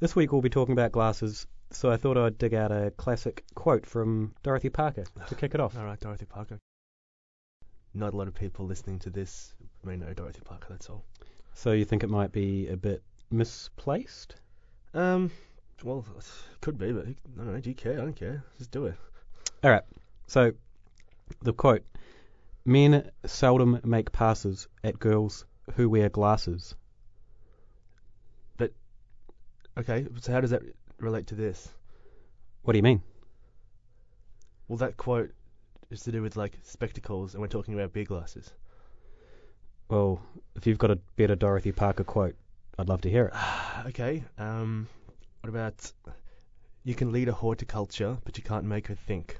This week we'll be talking about glasses, so I thought I'd dig out a classic quote from Dorothy Parker to kick it off. All right, Dorothy Parker. Not a lot of people listening to this may know Dorothy Parker. That's all. So you think it might be a bit misplaced? Um, well, could be, but who- I don't know. Do you care? I don't care. Just do it. All right. So the quote Men seldom make passes at girls who wear glasses. Okay. So how does that relate to this? What do you mean? Well, that quote is to do with like spectacles, and we're talking about beer glasses. Well, if you've got a better Dorothy Parker quote, I'd love to hear it. okay. Um, what about you can lead a horticulture, but you can't make her think.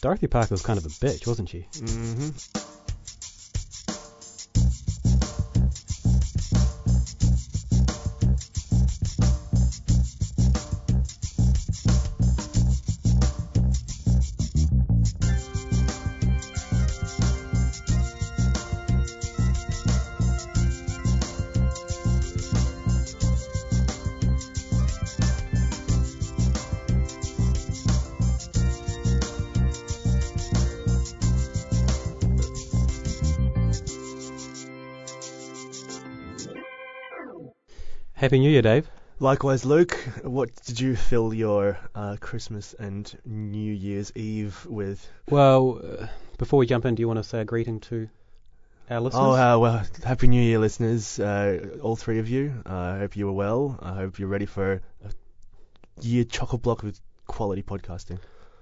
Dorothy Parker was kind of a bitch, wasn't she? Mm-hmm. Happy New Year, Dave. Likewise, Luke, what did you fill your uh, Christmas and New Year's Eve with? Well, uh, before we jump in, do you want to say a greeting to our listeners? Oh, uh, well, Happy New Year, listeners, uh, all three of you. Uh, I hope you are well. I hope you're ready for a year chock-a-block with quality podcasting.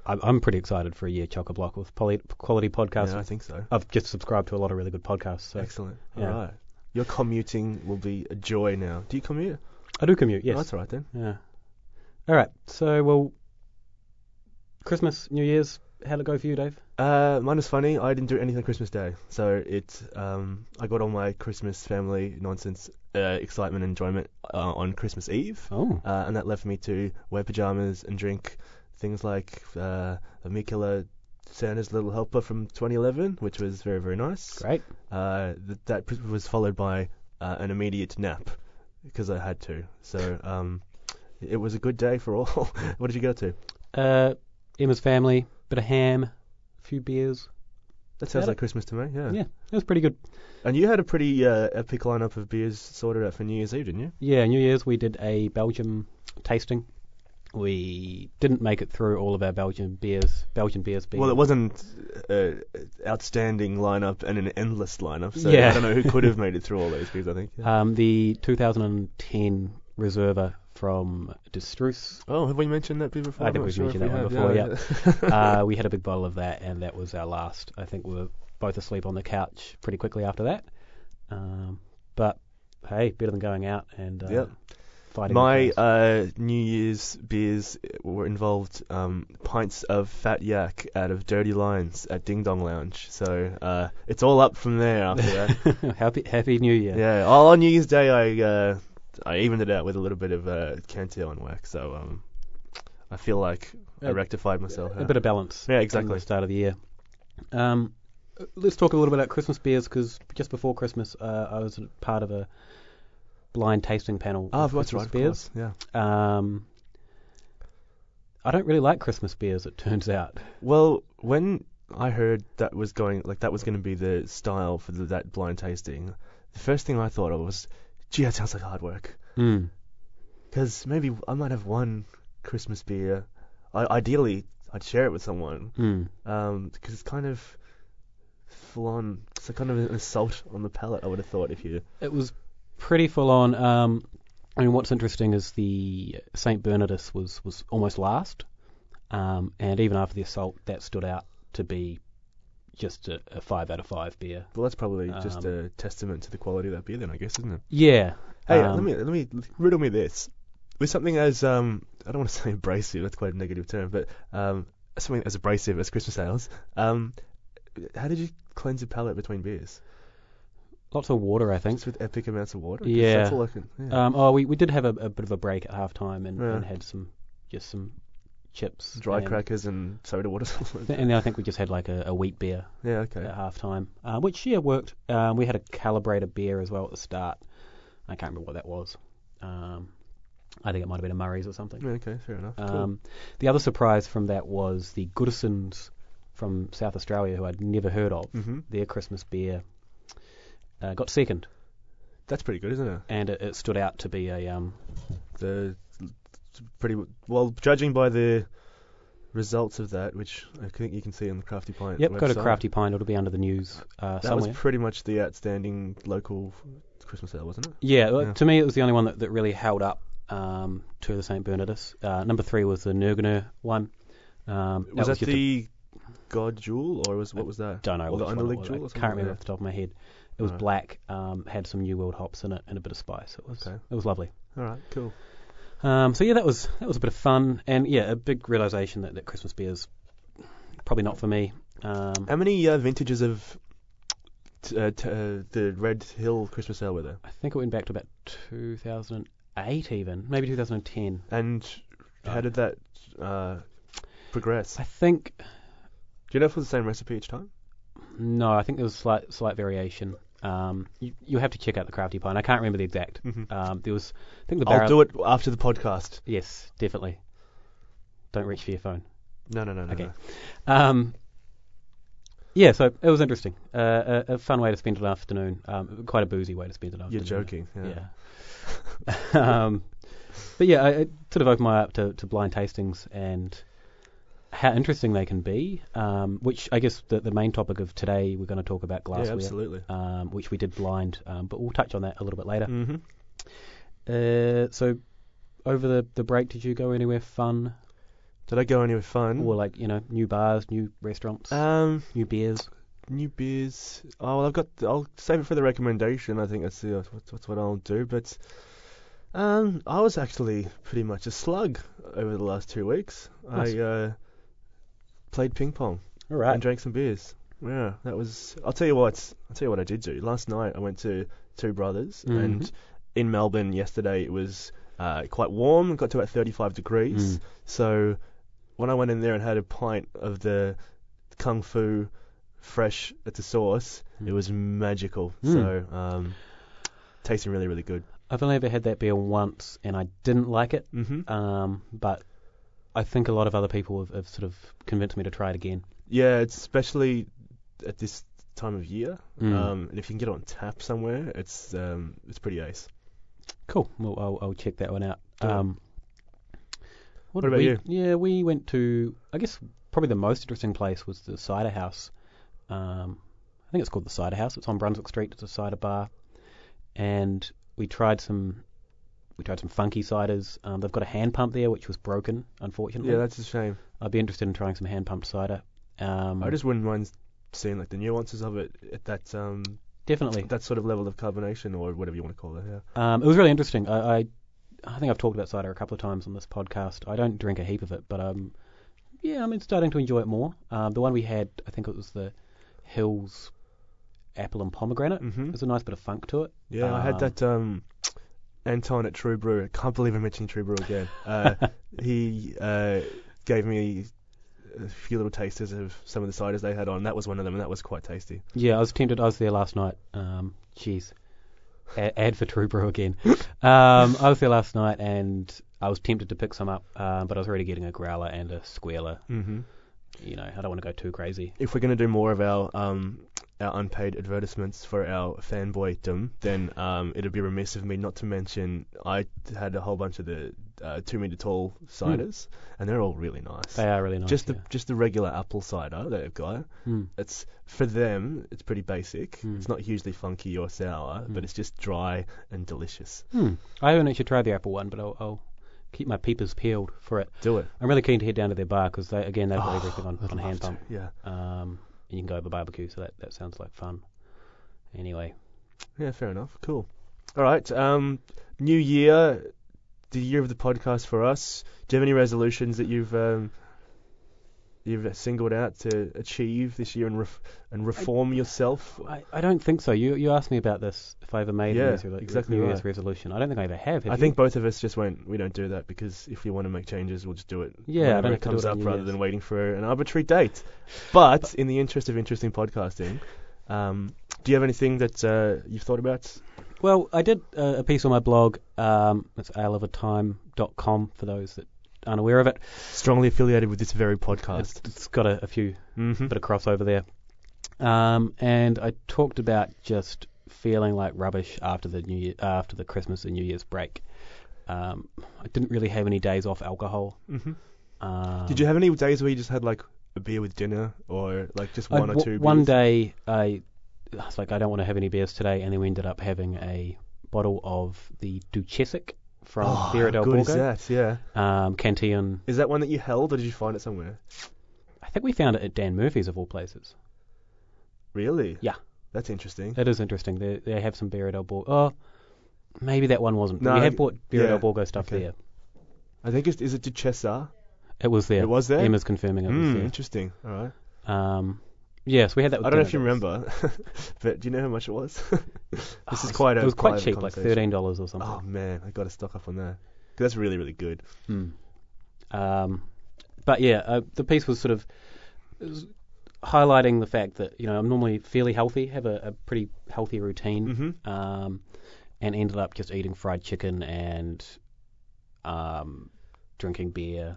I'm, I'm pretty excited for a year chock a block with poly- quality podcasts. Yeah, I think so. I've just subscribed to a lot of really good podcasts. So Excellent. yeah. All right. Your commuting will be a joy now. Do you commute? I do commute, yes. Oh, that's all right then. Yeah. All right. So, well, Christmas, New Year's, how'd it go for you, Dave? Uh, mine was funny. I didn't do anything on Christmas Day, so it um, I got all my Christmas family nonsense, uh, excitement, and enjoyment uh, on Christmas Eve, Oh. uh, and that left me to wear pajamas and drink things like uh, Amicula Santa's Little Helper from 2011, which was very very nice. Great. Uh, th- that pr- was followed by uh, an immediate nap because I had to. So um, it was a good day for all. what did you get up to? Uh, Emma's family, bit of ham, a few beers. That sounds Had a- like Christmas to me. Yeah, it was pretty good. And you had a pretty uh, epic lineup of beers sorted out for New Year's Eve, didn't you? Yeah, New Year's we did a Belgium tasting. We didn't make it through all of our Belgian beers. Belgian beers being Well, it wasn't an outstanding lineup and an endless lineup, so Yeah. I don't know who could have made it through all those beers, I think. um, the 2010 Reserva from Destruce. oh, have we mentioned that beer before? I think we've mentioned that one before, Uh, we had a big bottle of that, and that was our last. I think we were both asleep on the couch pretty quickly after that. Um, but hey, better than going out and uh, Yep. fighting. the My germs. uh, New Year's beers were involved um, pints of fat yak out of Dirty Lines at Ding Dong Lounge, so uh, it's all up from there after that. happy Happy New Year. Yeah, all on New Year's Day, I uh, I evened it out with a little bit of uh, Cantil and wax, so um, I feel like I Uh, rectified myself. a bit of balance. Yeah, from exactly. the start of the year. Um, let's talk a little bit about Christmas beers because just before Christmas, uh, I was part of a blind tasting panel. oh, of that's Christmas right, of Beers. course, Yeah. Um, I don't really like Christmas beers. It turns out. Well, when I heard that was going, like that was going to be the style for the, that blind tasting, the first thing I thought of was, gee, that sounds like hard work, Mm. because maybe I might have one Christmas beer. I, ideally, I'd share it with someone, Mm. because it's kind of full on. It's a kind of an assault on the palate. I would have thought if you. It was pretty full on. Um, I mean, what's interesting is the Saint Bernardus was was almost last, um, and even after the assault, that stood out to be just a, a five out of five beer. Well, that's probably just Um, a testament to the quality of that beer, then I guess, isn't it? Yeah. Hey, um, let me let me riddle me this. With something as um, I don't want to say abrasive. That's quite a negative term, but um, something as abrasive as Christmas ales. Um, how did you cleanse your palate between beers? Lots of water, I think. Just with epic amounts of water. 'Cause Yeah. That's all I can. Yeah. Um, oh, we, we did have a, a bit of a break at half time and, Yeah. and had some just some chips. Dry and, crackers and soda water. something like that. And then I think we just had like a, a wheat beer yeah. Okay. at half time, uh, which, yeah, worked. Um, we had a calibrator beer as well at the start. I can't remember what that was. Um, I think it might have been a Murray's or something. Yeah, okay, fair enough. Cool. Um, the other surprise from that was the Goodisons from South Australia, who I'd never heard of. Mhm. Their Christmas beer uh, got second, That's pretty good, isn't it? and it, it stood out to be a um, The it's pretty well, judging by the results of that, which I think you can see on the Crafty Pint. yep. Go to website, Crafty Pine; it'll be under the news uh, That somewhere. was pretty much the outstanding local Christmas sale, wasn't it? Yeah, well, Yeah. to me it was the only one that, that really held up um, to the St. Bernardus. Uh, number three was the Nurgner one. Um, Was that, just a- the God Jewel, or was what was that? don't know Or the which one it Underleg was. Jewel? Or I something? can't remember off the top of my head. It was Alright. black, um, had some New World hops in it and a bit of spice. It was Okay. it was lovely. All right, cool. Um, so yeah, that was that was a bit of fun and yeah, a big realization that, that Christmas beer is probably not for me. Um, How many uh, vintages of t- uh, t- uh, the Red Hill Christmas sale were there? I think it went back to about 2008 even, maybe 2010. And how Uh, did that uh, progress? I think Do you know if it was the same recipe each time? No, I think there was slight slight variation. Um, you you have to check out the crafty pine. I can't remember the exact. Mhm. Um, there was I think the barrel. I'll do it after the podcast. Yes, definitely. Don't reach for your phone. No, no, no, no. Okay. no. Um, yeah, so it was interesting. Uh, a, a fun way to spend an afternoon. Um, quite a boozy way to spend an You're afternoon. joking. Yeah. Yeah. um, but yeah, I, it sort of opened my eye up to, to blind tastings and how interesting they can be. Um, which I guess the, the main topic of today we're going to talk about Yeah, glassware. absolutely. um, which we did blind, um, but we'll touch on that a little bit later. hmm Uh, so, over the, the break, did you go anywhere fun Did I go anywhere fun? or like you know new bars, new restaurants, um, new beers? new beers. Oh, well, I've got. I'll save it for the recommendation. I think that's the that's, that's what I'll do. But um, I was actually pretty much a slug over the last two weeks. Nice. I uh, played ping pong All right. and drank some beers. Yeah, that was. I'll tell you what. I'll tell you what I did do. Last night I went to Two Brothers, Mhm. and in Melbourne yesterday it was uh, quite warm. It got to about 35 degrees. Mm. So when I went in there and had a pint of the kung fu fresh at the source, it Mm. was magical. Mm. So um, tasting really, really good. I've only ever had that beer once, and I didn't like it. hmm Um, but I think a lot of other people have, have sort of convinced me to try it again. Yeah, it's especially at this time of year. Mm. Um, and if you can get it on tap somewhere, it's um, it's pretty ace. Cool. Well, I'll, I'll check that one out. Yeah. Um, What did about we, you? Yeah, we went to. I guess probably the most interesting place was the cider house. Um, I think it's called the cider house. It's on Brunswick Street. It's a cider bar, and we tried some. We tried some funky ciders. Um, they've got a hand pump there, which was broken, unfortunately. Yeah, that's a shame. I'd be interested in trying some hand pumped cider. Um, I just wouldn't mind seeing like the nuances of it at that um, definitely. that sort of level of carbonation or whatever you want to call it. Yeah. Um, it was really interesting. I, I, I think I've talked about cider a couple of times on this podcast. I don't drink a heap of it, but um, yeah, I'm starting to enjoy it more. Um, the one we had, I think it was the Hills Apple and Pomegranate. Mm-hmm. There's a nice bit of funk to it. Yeah, I had Um, that um, Anton at True Brew. I can't believe I'm mentioning True Brew again. Uh, he uh, gave me a few little tasters of some of the ciders they had on. That was one of them, and that was quite tasty. Yeah, I was tempted. I was there last night. Um, jeez, A- ad for True Brew again. Um, I was there last night and I was tempted to pick some up, um, but I was already getting a growler and a squealer. Mm-hmm. You know, I don't want to go too crazy. If we're gonna do more of our um, our unpaid advertisements for our fanboydom, then um, it'd be remiss of me not to mention I had a whole bunch of the uh, two meter tall ciders, and they're all really nice. Hmm. They are really nice. just the yeah. just the regular apple cider that they've got. Mm. It's for them. It's pretty basic. Mm. It's not hugely funky or sour, Mm. but it's just dry and delicious. Hmm. I haven't actually tried the apple one, but I'll, I'll keep my peepers peeled for it. Do it. I'm really keen to head down to their bar because they, again they've got Oh, everything on, I'd on love hand to, pump. Yeah. Um, and you can go over barbecue, so that that sounds like fun. Anyway, Yeah. Fair enough. Cool. All right. Um, new year, the year of the podcast for us. Do you have any resolutions that you've um, you've singled out to achieve this year and ref- and reform yourself? I, I don't think so. You you asked me about this if I ever made Yeah, a resolu- exactly New right. Year's resolution. I don't think I ever have. have I you? think both of us just went, we don't do that because if we want to make changes, we'll just do it. Yeah, I whenever don't it have to do comes it on up New rather Year's. than waiting for an arbitrary date. But, in the interest of interesting podcasting, um, do you have anything that uh, you've thought about? Well, I did uh, a piece on my blog. Um, it's aleofatime.com for those that aren't aware of it. Strongly affiliated with this very It's, podcast. it's got a, a few Mm-hmm. bit of crossover there. Um, and I talked about just feeling like rubbish after the New Year, after the Christmas and New Year's break. Um, I didn't really have any days off alcohol. Mm-hmm. Um, Did you have any days where you just had like a beer with dinner, or like just I- one or w- two? One beers? day, I, I was like, I don't want to have any beers today, and then we ended up having a bottle of the Duchessic from Oh, Vera how del good is Borgo, that? Yeah. um, Canteon. Is that one that you held, or did you find it somewhere? I think we found it at Dan Murphy's of all places. Really? Yeah. That's interesting. It is interesting. They they have some Vera del Borgo. Oh, maybe that one wasn't. but No, we I- have bought Vera yeah, del Borgo stuff okay. there. I think it's is it Duchessa? It was there. It was there? Emma's confirming it Mm, was interesting. All right. there. Um, yes, we had that. With I don't know dinner. if you remember, but do you know how much it was? Oh, this is it's- quite a It was quite private cheap, like conversation. thirteen dollars or something. Oh man, I got to stock up on that. 'Cause That's really really good. Mm. Um, but yeah, uh, the piece was sort of it was highlighting the fact that you know I'm normally fairly healthy, have a, a pretty healthy routine, Mm-hmm. um, and ended up just eating fried chicken and um, drinking beer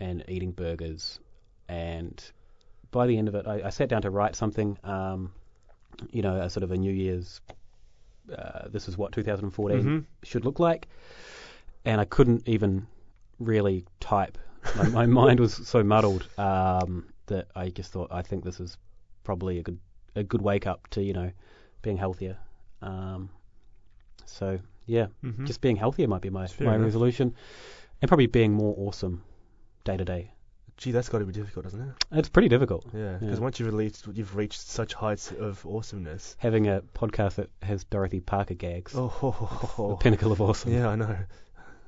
and eating burgers. And by the end of it, I, I sat down to write something, um, you know, a sort of a New Year's. Uh, this is what 2014 hmm should look like. And I couldn't even really type. My, my mind was so muddled um, that I just thought, I think this is probably a good a good wake up to you know being healthier. Um, so yeah, hmm just being healthier might be my Fair my enough. resolution, and probably being more awesome day to day. Gee, that's got to be difficult, doesn't it? It's pretty difficult Yeah. Yeah. Because once you've released, you've reached such heights of awesomeness. having a podcast that has Dorothy Parker gags. Oh, The pinnacle of awesome. yeah, I know.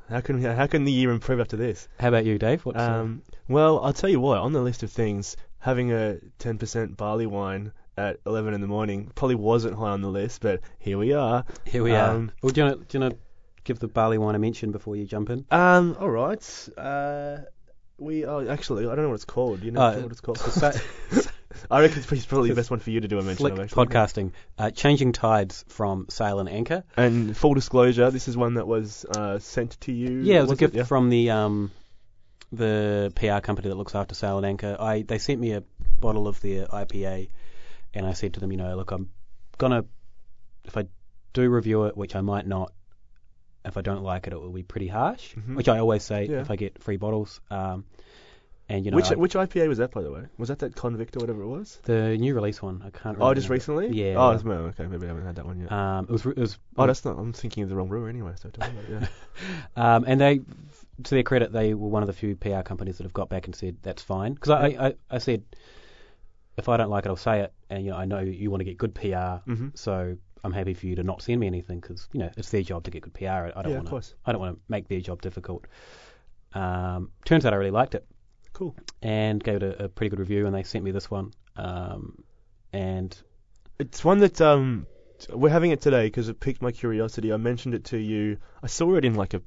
How can how can the year improve after this? How about you, Dave? What's uh, Um, well, I'll tell you what. On the list of things, having a 10% barley wine at 11 in the morning probably wasn't high on the list, but here we are. here we um, are. Well, do you want to give the barley wine a mention before you jump in? Um, all right. Uh, we are actually. I don't know what it's called. Do You know Uh, what it's called? So- I reckon it's probably the it's best one for you to do a mention Slick of. Actually. podcasting, uh, changing tides from sail and anchor. And full disclosure, this is one that was uh, sent to you. Yeah, it was a wasn't gift Yeah. from the um, the PR company that looks after sail and anchor. I they sent me a bottle of their IPA, and I said to them, you know, look, I'm gonna if I do review it, which I might not. If I don't like it, it will be pretty harsh, Mhm. which I always say Yeah. if I get free bottles. Um, and you know, which I- which IPA was that, by the way? Was that that Convict or whatever it was? the new release one, I can't. remember. Oh, just recently? Yeah. Oh, it's, well, okay. Maybe I haven't had that one yet. Um, it was. It was Oh, that's not. I'm thinking of the wrong brewer anyway. So don't worry about it. Yeah. Um, and they, to their credit, they were one of the few PR companies that have got back and said that's fine. Because I, I, I said, if I don't like it, I'll say it, and you know I know you want to get good PR, mm-hmm. so I'm happy for you to not send me anything because you know it's their job to get good PR. I I don't Yeah, of want to, course. I don't want to make their job difficult. Um, turns out I really liked it Cool. and gave it a, a pretty good review, and they sent me this one. Um, and It's one that um, t- we're having it today because it piqued my curiosity. I mentioned it to you. I saw it in like a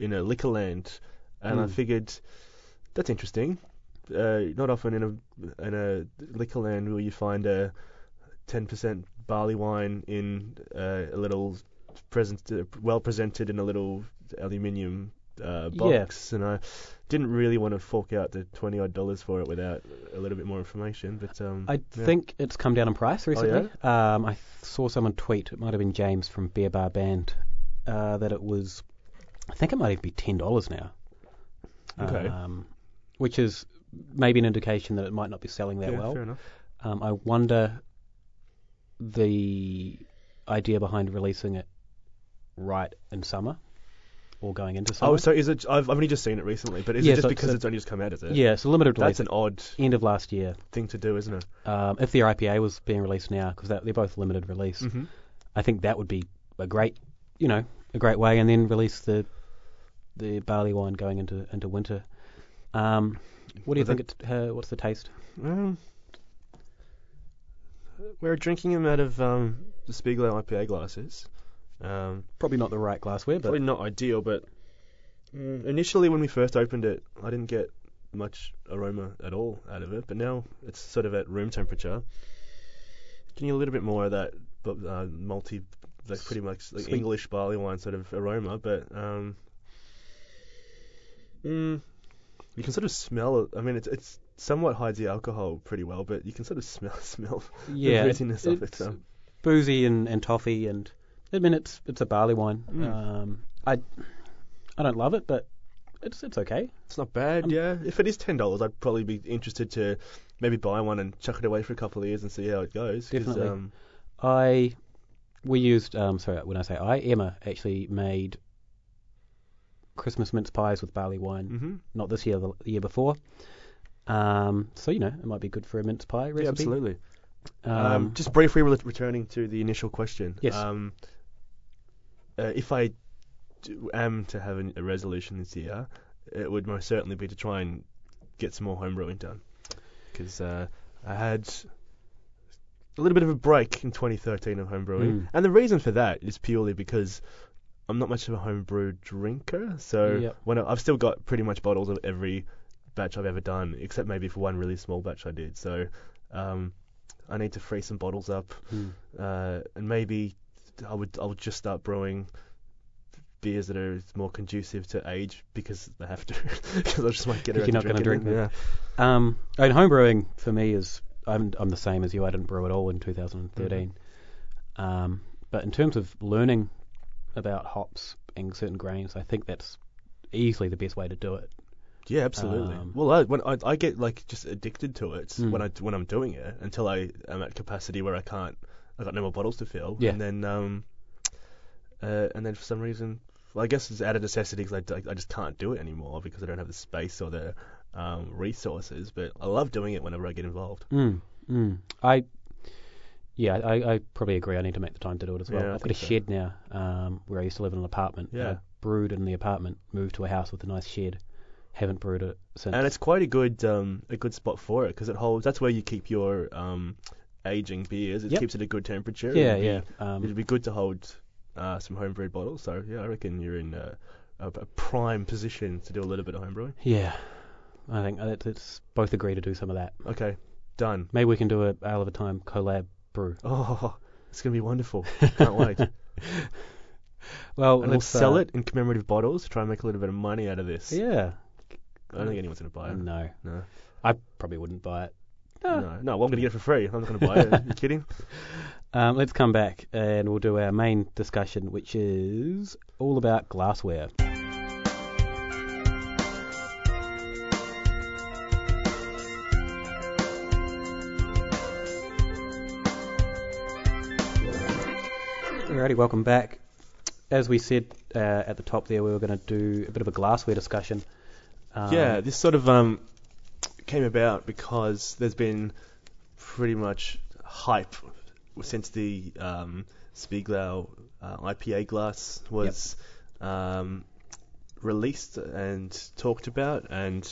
in a liquor land, and I Mm. figured that's interesting. Uh, not often in a in a liquor land will you find a 10% barley wine in uh, a little present, uh, well presented in a little aluminium uh, Yeah. box, and I didn't really want to fork out the twenty odd dollars for it without a little bit more information. But um, I yeah. Oh, think it's come down in price recently. um, I saw someone tweet, it might have been James from Beer Bar Band, uh, that it was, I think it might even be $10 now. Okay. Um, which is maybe an indication that it might not be selling that yeah, well. fair enough. Um, I wonder the idea behind releasing it right in summer or going into summer. Oh, so is it? I've, I've only just seen it recently, but is Yeah, it just so- because so- it's only just come out? Is it? yeah, it's a limited release. That's an odd end of last year. thing to do, isn't it? Um, if the IPA was being released now, because they're both limited release, Mm-hmm. I think that would be a great, you know, a great way, and then release the the barley wine going into into winter. Um, what do you Well, think? It, uh, what's the taste? Um, we're drinking them out of um, the Spiegelau IPA glasses. Um, Probably not the right glassware, but probably not ideal, but mm, initially when we first opened it, I didn't get much aroma at all out of it. But now it's sort of at room temperature. Getting a little bit more of that bu- uh, multi like pretty much like Sweet. English barley wine sort of aroma, but um, mm, you can sort of smell it. I mean, it's it's somewhat hides the alcohol pretty well, but you can sort of smell smell Yeah, the grittiness of it. it's So. boozy and, and toffee, and I mean it's it's a barley wine. Mm. Um, I I don't love it, but it's it's okay. It's not bad, Um, yeah. If it is ten dollars, I'd probably be interested to maybe buy one and chuck it away for a couple of years and see how it goes. 'cause, Definitely. Um, I we used um sorry when I say I Emma actually made Christmas mince pies with barley wine. hmm Not this year, the, the year before. Um, so you know it might be good for a mince pie recipe. Yeah, absolutely. Um, Um, just briefly re- returning to the initial question. Yes. Um, uh, if I do, am to have an, a resolution this year, it would most certainly be to try and get some more home brewing done. Because uh, I had a little bit of a break in 2013 of home brewing. Mm. And the reason for that is purely because I'm not much of a home brew drinker. So Yep. when I, I've still got pretty much bottles of every batch I've ever done, except maybe for one really small batch I did. So um, I need to free some bottles up, mm. uh, and maybe I would I would just start brewing beers that are more conducive to age because I have to because I just might get Because around you're not to gonna drinking drink it. Yeah. Um, I mean, home brewing for me is I'm I'm the same as you. I didn't brew at all in 2013. Mm-hmm. Um, but in terms of learning about hops and certain grains, I think that's easily the best way to do it. Yeah, absolutely. Um, well, I, when I, I get like just addicted to it Mm. when I when I'm doing it until I am at capacity where I can't I got no more bottles to fill. Yeah. And then um, uh, and then for some reason, well, I guess it's out of necessity because I, d- I just can't do it anymore because I don't have the space or the um, resources. But I love doing it whenever I get involved. Mm, mm. I yeah, I, I probably agree. I need to make the time to do it as well. Yeah, I I've got a think so. shed now um, where I used to live in an apartment. and I Yeah. brewed in the apartment, moved to a house with a nice shed. Haven't brewed it since. And it's quite a good um, a good spot for it because it holds. That's where you keep your um, aging beers. It Yep. keeps it at a good temperature. yeah, It'd be- yeah. Um, It'd be good to hold uh, some homebrewed bottles. So yeah, I reckon you're in uh, a, a prime position to do a little bit of homebrewing. Yeah, I think that it's both agree to do some of that. Okay, done. Maybe we can do a Isle of a Time collab brew. Oh, it's gonna be wonderful. Can't wait. And Well, we'll let's, sell uh, it in commemorative bottles. Try and make a little bit of money out of this. Yeah. Mm. I don't think anyone's gonna buy it. No, No, I probably wouldn't buy it. no, no. Well, I'm gonna get it for free. I'm not gonna buy it. you kidding? Um, let's come back and we'll do our main discussion, which is all about glassware. Alrighty, welcome back. As we said uh, at the top there, we were going to do a bit of a glassware discussion. Um, yeah, this sort of um, came about because there's been pretty much hype since the um, Spiegel uh, IPA glass was um, released and talked about, and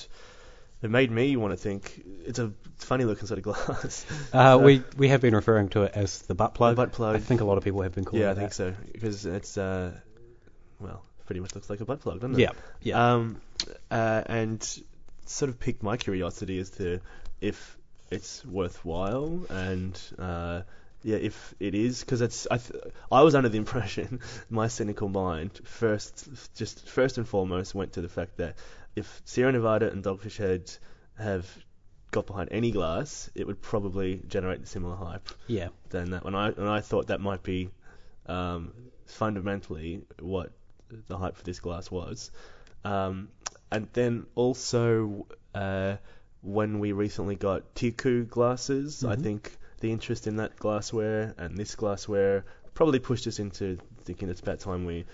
it made me want to think it's a funny looking sort of glass. Uh, So- we we have been referring to it as the butt plug. The butt plug. I think a lot of people have been calling yeah, I it think that. so because it's uh, well, pretty much looks like a butt plug, doesn't it? Yeah, yeah. Um, uh, and sort of piqued my curiosity as to if it's worthwhile and uh, yeah, if it is because it's I th- I was under the impression my cynical mind first just first and foremost went to the fact that if Sierra Nevada and Dogfish Head have got behind any glass, it would probably generate similar hype yeah. than that. And I and I thought that might be um, fundamentally what the hype for this glass was. Um, and then also uh, when we recently got Tiku glasses, I Mhm. think the interest in that glassware and this glassware probably pushed us into thinking it's about time we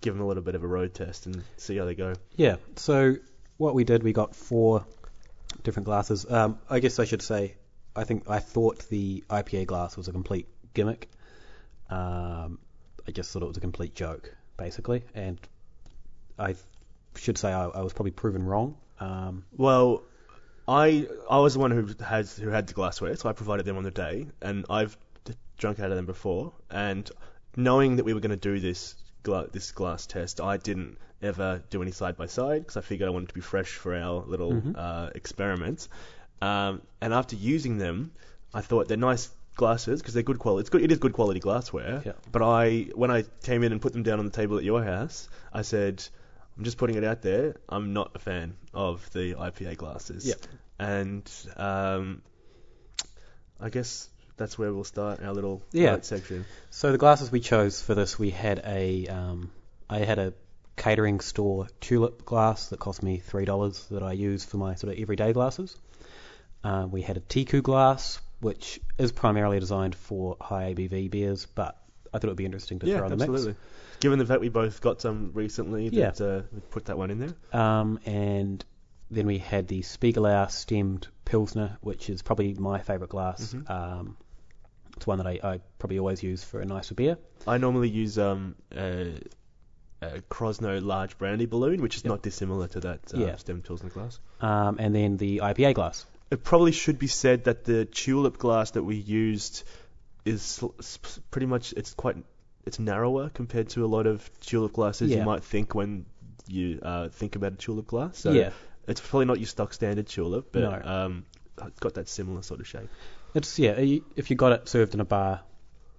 give them a little bit of a road test and see how they go. Yeah. So what we did, we got four different glasses. Um, I guess I should say, I think I thought the IPA glass was a complete gimmick. Um, I just thought it was a complete joke, basically, and I should say I, I was probably proven wrong. Um, Well, I I was the one who has who had the glassware, so I provided them on the day, and I've d- drunk out of them before. And knowing that we were going to do this gla- this glass test, I didn't ever do any side by side because I figured I wanted to be fresh for our little Mhm. uh, experiment. Um, and after using them, I thought they're nice glasses because they're good quality. It's good. It is good quality glassware. Yeah. But I, when I came in and put them down on the table at your house, I said, I'm just putting it out there. I'm not a fan of the IPA glasses. Yeah. And um, I guess that's where we'll start our little Yeah. note section. So the glasses we chose for this, we had a, um, I had a catering store tulip glass that cost me three dollars that I use for my sort of everyday glasses. Uh, we had a Tiku glass, which is primarily designed for high ABV beers, but I thought it would be interesting to yeah, throw in the absolutely. Given the fact we both got some recently, Yeah. that uh, we put that one in there. mix. Um, and then we had the Spiegelau stemmed Pilsner, which is probably my favourite glass. Mhm. Um, it's one that I, I probably always use for a nicer beer. I normally use um, a, a Crosno large brandy balloon, which is Yep. not dissimilar to that uh, Yeah. stem Pilsner glass. Um, and then the IPA glass. It probably should be said that the tulip glass that we used is sl- s- pretty much it's quite it's narrower compared to a lot of tulip glasses Yeah. you might think when you uh, think about a tulip glass. So yeah. it's probably not your stock standard tulip, but No. um, it's got that similar sort of shape. It's yeah. you- If you got it served in a bar,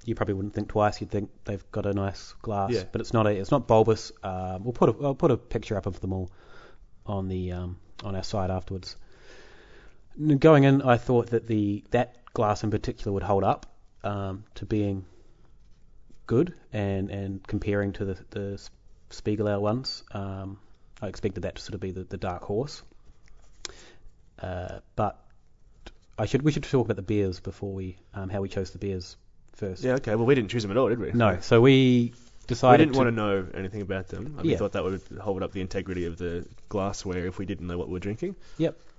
you probably wouldn't think twice. You'd think they've got a nice glass, Yeah. but it's not a. It's not bulbous. Um, we'll put a. I'll put a picture up of them all on the um, on our site afterwards. N- Going in, I thought that the that glass in particular would hold up um, to being good, and and comparing to the the Spiegelau ones, um, I expected that to sort of be the, the dark horse. Uh, but I should we should talk about the beers before we um, how we chose the beers first. Yeah. Okay. Well, we didn't choose them at all, did we? No, so we We decided didn't to, want to know anything about them. I mean, Yeah. thought that would hold up the integrity of the glassware if we didn't know what we were drinking.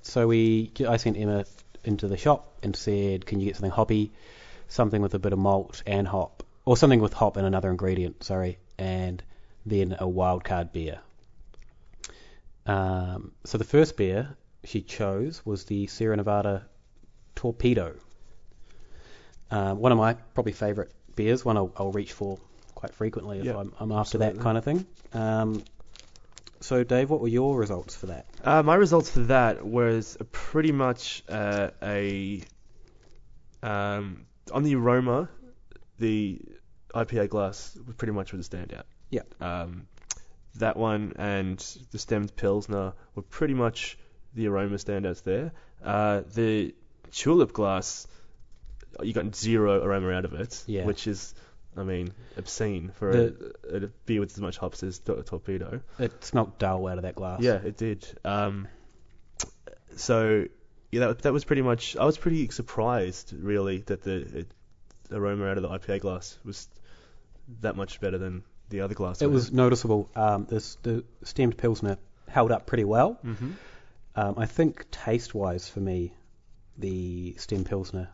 So we I sent Emma into the shop and said, "Can you get something hoppy, something with a bit of malt and hop, or something with hop and another ingredient?" Sorry, and then a wild card beer. Um, so the first beer she chose was the Sierra Nevada Torpedo. Um, one of my probably favourite beers, one I'll, I'll reach for quite frequently if Yeah, I'm, I'm after that absolutely. kind of thing. Um, so Dave, what were your results for that? Uh, my results for that was pretty much uh, a um, on the aroma, the IPA glass was pretty much was a standout. Yeah. Um, that one and the stemmed pilsner were pretty much the aroma standouts there. Uh, the tulip glass, you got zero aroma out of it, Yeah. which is, I mean, obscene for a, a beer with as much hops as Tor- Torpedo. It smelt dull out of that glass. Yeah, it did. Um, so yeah, that, that was pretty much. I was pretty surprised, really, that the it, aroma out of the IPA glass was that much better than the other glass. It was noticeable. Um, this, the stemmed pilsner held up pretty well. Mm-hmm. Um, I think taste-wise for me, the stemmed pilsner.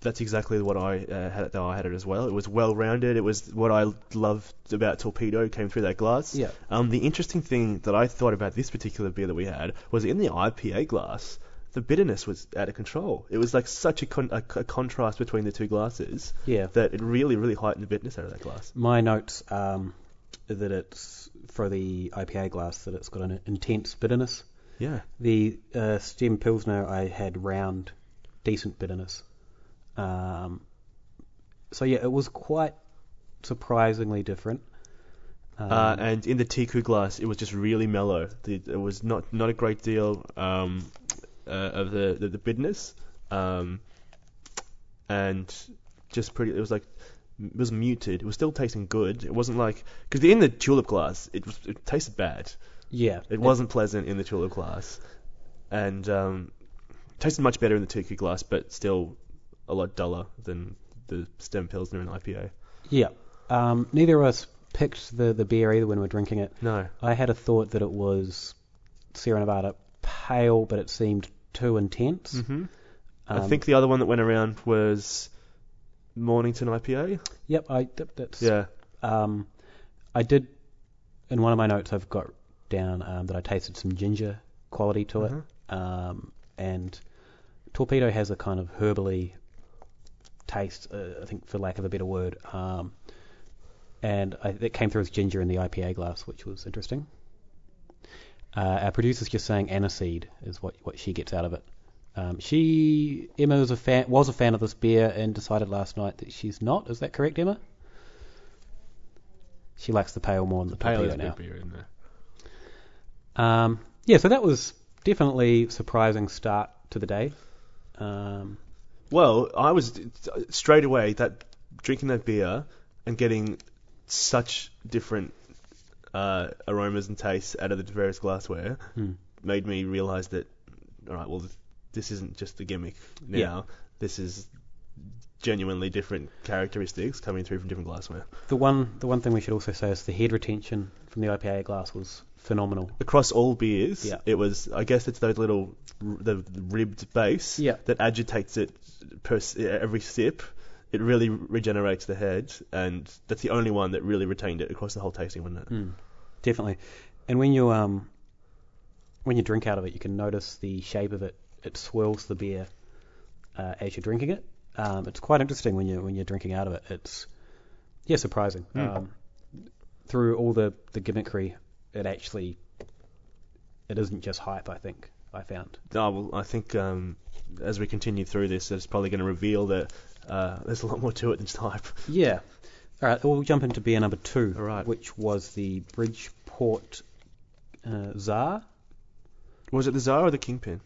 That's exactly what I uh, had. How I had it as well. It was well rounded. It was what I loved about Torpedo came through that glass. Yeah. Um, the interesting thing that I thought about this particular beer that we had was in the IPA glass, the bitterness was out of control. It was like such a, con- a, a contrast between the two glasses. Yeah. that it really, really heightened the bitterness out of that glass. My notes um, that it's for the IPA glass that it's got an intense bitterness. Yeah. The uh, stemmed pilsner I had round, decent bitterness. Um, so yeah, it was quite surprisingly different. Um, Uh, and in the Tiku glass, it was just really mellow. The, it was not not a great deal um, uh, of the, the, the bitterness, um, and just pretty. It was like it was muted. It was still tasting good. It wasn't like because in the tulip glass, it was it tasted bad. yeah, It wasn't pleasant in the tulip glass, and um, tasted much better in the Tiku glass, but still a lot duller than the stem pilsner and IPA. Yeah. Um, neither of us picked the, the beer either when we were drinking it. No. I had a thought that it was Sierra Nevada pale, but it seemed too intense. hmm I Um, think the other one that went around was Mornington IPA. Yep. I that- that's. Yeah. Um, I did. In one of my notes, I've got down um, that I tasted some ginger quality to Mhm. it, um, and torpedo has a kind of herbally taste. Uh, I think, for lack of a better word, um, and I, it came through as ginger in the IPA glass, which was interesting. Uh, our producer's just saying aniseed is what what she gets out of it. Um, she Emma was a fan was a fan of this beer and decided last night that she's not. Is that correct, Emma? She likes the pale more than the, Pale is pale a now. big beer in there. Um, yeah, so that was definitely surprising start to the day. Um, Well, I was straight away that drinking that beer and getting such different uh, aromas and tastes out of the various glassware Hmm. made me realize that all right, well, th- this isn't just a gimmick now. Yeah. This is genuinely different characteristics coming through from different glassware the one the one thing we should also say is the head retention from the IPA glass was phenomenal. across all beers. Yeah. It was, I guess, it's those little r- the ribbed base Yeah. that agitates it per s- every sip. It really regenerates the head, and that's the only one that really retained it across the whole tasting, wasn't it? Mm, definitely. And when you um when you drink out of it, you can notice the shape of it. It swirls the beer uh, as you're drinking it. Um, it's quite interesting when you when you're drinking out of it. It's yeah, surprising. Mm. Um, through all the the gimmickry, it actually it isn't just hype. I think I found. No, Oh, well, I think um, as we continue through this, it's probably going to reveal that uh, there's a lot more to it than just hype. Yeah. All right. We'll jump into beer number two, All right. which was the Bridgeport uh, Czar. Was it the Zara or the Kingpin?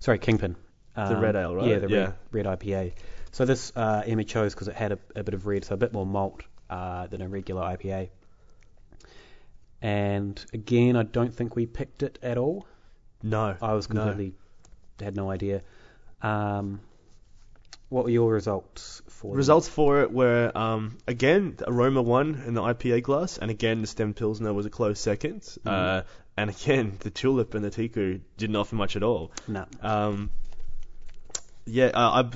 Sorry, Kingpin. Um, red ale, right? Yeah, the Yeah. Red, red IPA. So this uh, Emma chose because it had a, a bit of red, so a bit more malt uh, than a regular IPA. And again, I don't think we picked it at all. No. I was No. completely had no idea. Um, what were your results for them? Results for it were um, again the Aroma one in the IPA glass, and again the Stem Pilsner was a close 2nd Uh, and again the Tulip and the Tiku didn't offer much at all. No. Um, yeah, uh, I,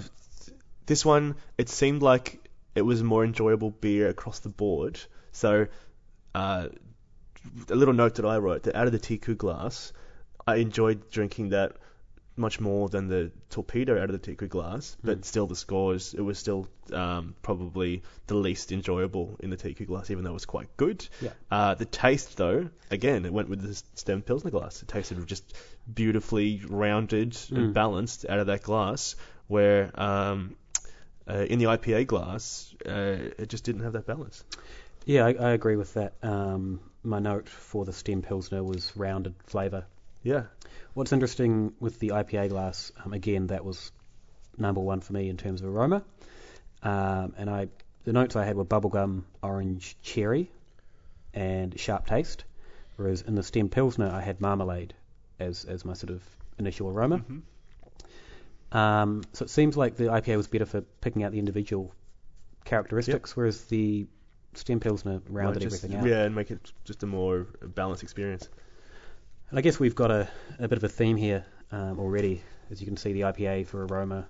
this one it seemed like it was a more enjoyable beer across the board. So uh, a little note that I wrote that out of the Tiku glass, I enjoyed drinking that much more than the torpedo out of the Tiku glass, but still the scores it was still um, probably the least enjoyable in the Tiku glass, even though it was quite good. Yeah. Uh, the taste though, again, it went with the stem pilsner glass. It tasted just beautifully rounded and Mm. balanced out of that glass, where um, uh, in the IPA glass, uh, it just didn't have that balance. Yeah, I, I agree with that. Um, my note for the Stem Pilsner was rounded flavour. Yeah. What's interesting with the IPA glass, um, again, that was number one for me in terms of aroma. Um, and I, the notes I had were bubblegum, orange, cherry, and sharp taste. Whereas in the stem pilsner, I had marmalade as as my sort of initial aroma. Mhm. Mm-hmm. Um, so it seems like the IPA was better for picking out the individual characteristics, whereas the stem pilsner rounded Just- everything out. Yeah, and make it just a more balanced experience. And I guess we've got a, a bit of a theme here um, already. As you can see, the IPA for aroma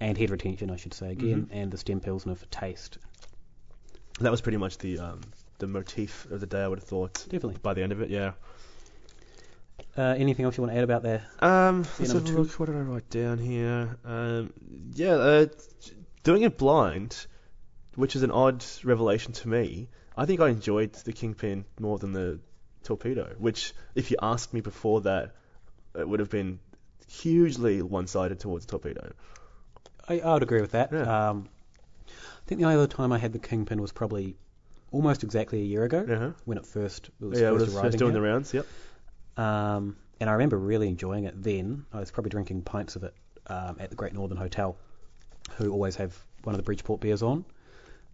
and head retention, I should say again, Mm-hmm. and the stem pilsner for taste. That was pretty much the um, the motif of the day, I would have thought. Definitely. By the end of it, yeah. Uh, anything else you want to add about that? Um, Yeah, number let's have a two. look. What did I write down here? Um, yeah, uh, doing it blind, which is an odd revelation to me. I think I enjoyed the Kingpin more than the Torpedo, which, if you asked me before that, it would have been hugely one-sided towards Torpedo. I, I would agree with that. Yeah. Um, I think the only other time I had the kingpin was probably almost exactly a year ago Uh-huh. when it first it was Yeah, it first was arriving just doing the here. rounds. Yep. Um, and I remember really enjoying it then. I was probably drinking pints of it um, at the Great Northern Hotel, who always have one of the Bridgeport beers on.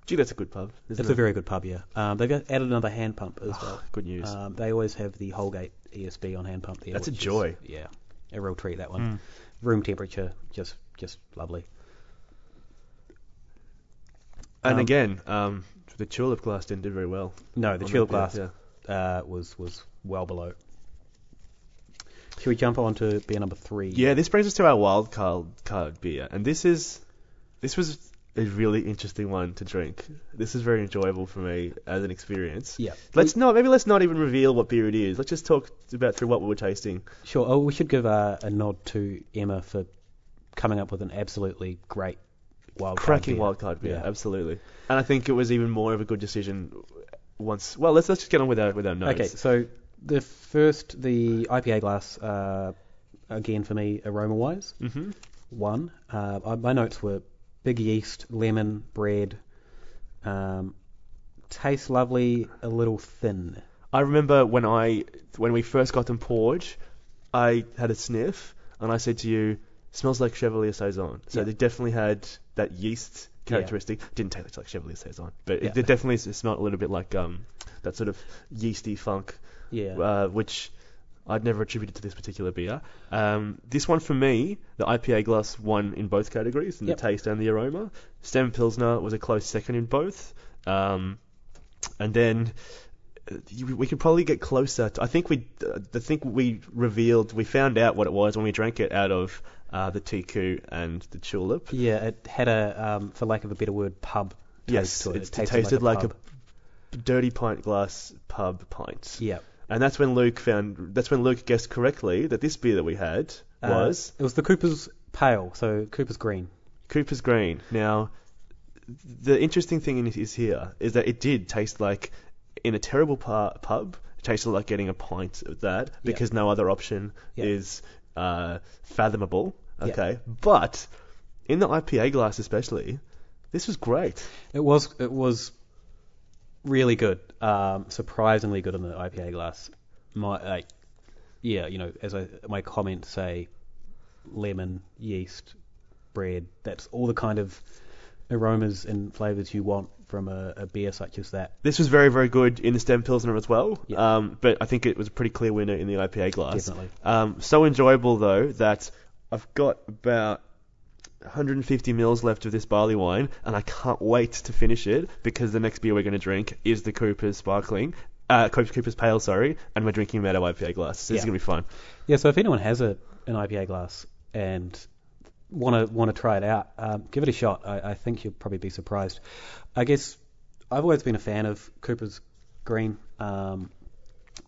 Gee, that's a good pub. isn't It's it? a very good pub, yeah. Um, they've got- added another hand pump as well. Ah, good news. Um, they always have the Holgate ESB on hand pump there. That's a which is- joy. Hmm. yeah, a real treat that one. Room temperature, just just lovely. and um, again, um, the tulip glass didn't do very well. No, the on tulip that beer, glass yeah. uh, was was well below. Should we jump on to beer number three? Yeah, this brings us to our wild card, card beer, and this is this was a really interesting one to drink. This is very enjoyable for me as an experience. Yeah. Let's not maybe let's not even reveal what beer it is. Let's just talk about through what we were tasting. Sure. Oh, we should give uh, a nod to Emma for coming up with an absolutely great wild card Cracking beer. wild card beer, Yeah. absolutely. And I think it was even more of a good decision once. Well, let's let's just get on with our with our notes. Okay, so the first, the IPA glass, uh, again for me aroma wise. Mm-hmm. One, uh, I- my notes were big yeast, lemon, bread. Um, tastes lovely, a little thin. I remember when I when we first got them poured, I had a sniff and I said to you, "Smells like Chevalier saison." So Yeah. they definitely had that yeast characteristic. Didn't taste like Chevalier saison, but Yeah. it, it definitely s- smelled a little bit like um that sort of yeasty funk, Yeah. uh, which I'd never attributed to this particular beer. Um, this one for me, the IPA glass won in both categories, in Yep. the taste and the aroma. Stem Pilsner was a close second in both. Um, and then uh, you- we could probably get closer. To, I think we, uh, I think we revealed, we found out what it was when we drank it out of uh, the Tiku and the Tulip. yeah, it had a, um, for lack of a better word, pub taste Yes, to it. it's- it tasted, like, pub. a dirty pint glass pub pint. Yeah. And that's when Luke found. That's when Luke guessed correctly that this beer that we had Uh, was It was the Cooper's Pale, so Cooper's Green. Cooper's Green. Now, the interesting thing in it is here is that it did taste like in a terrible pu- pub. It tasted like getting a pint of that because no other option Yeah. is uh, fathomable. Yeah. Okay, but in the IPA glass especially, this was great. It was it was really good, um, surprisingly good in the IPA glass. My like, yeah, you know, as I my comments say, lemon, yeast, bread. That's all the kind of aromas and flavors you want from a, a beer such as that. This was very very good in the stem pilsner as well. Yeah. Um, but I think it was a pretty clear winner in the IPA glass. Definitely. Um, so enjoyable though that I've got about 150 mils left of this barley wine, and I can't wait to finish it because the next beer we're going to drink is the Cooper's Sparkling, uh, Coop- Cooper's Pale, sorry, and we're drinking Meadow IPA glass. So Yeah. this is going to be fun. Yeah, so if anyone has a an IPA glass and want to want to try it out, um, give it a shot. I, I think you'll probably be surprised. I guess I've always been a fan of Cooper's Green. Um,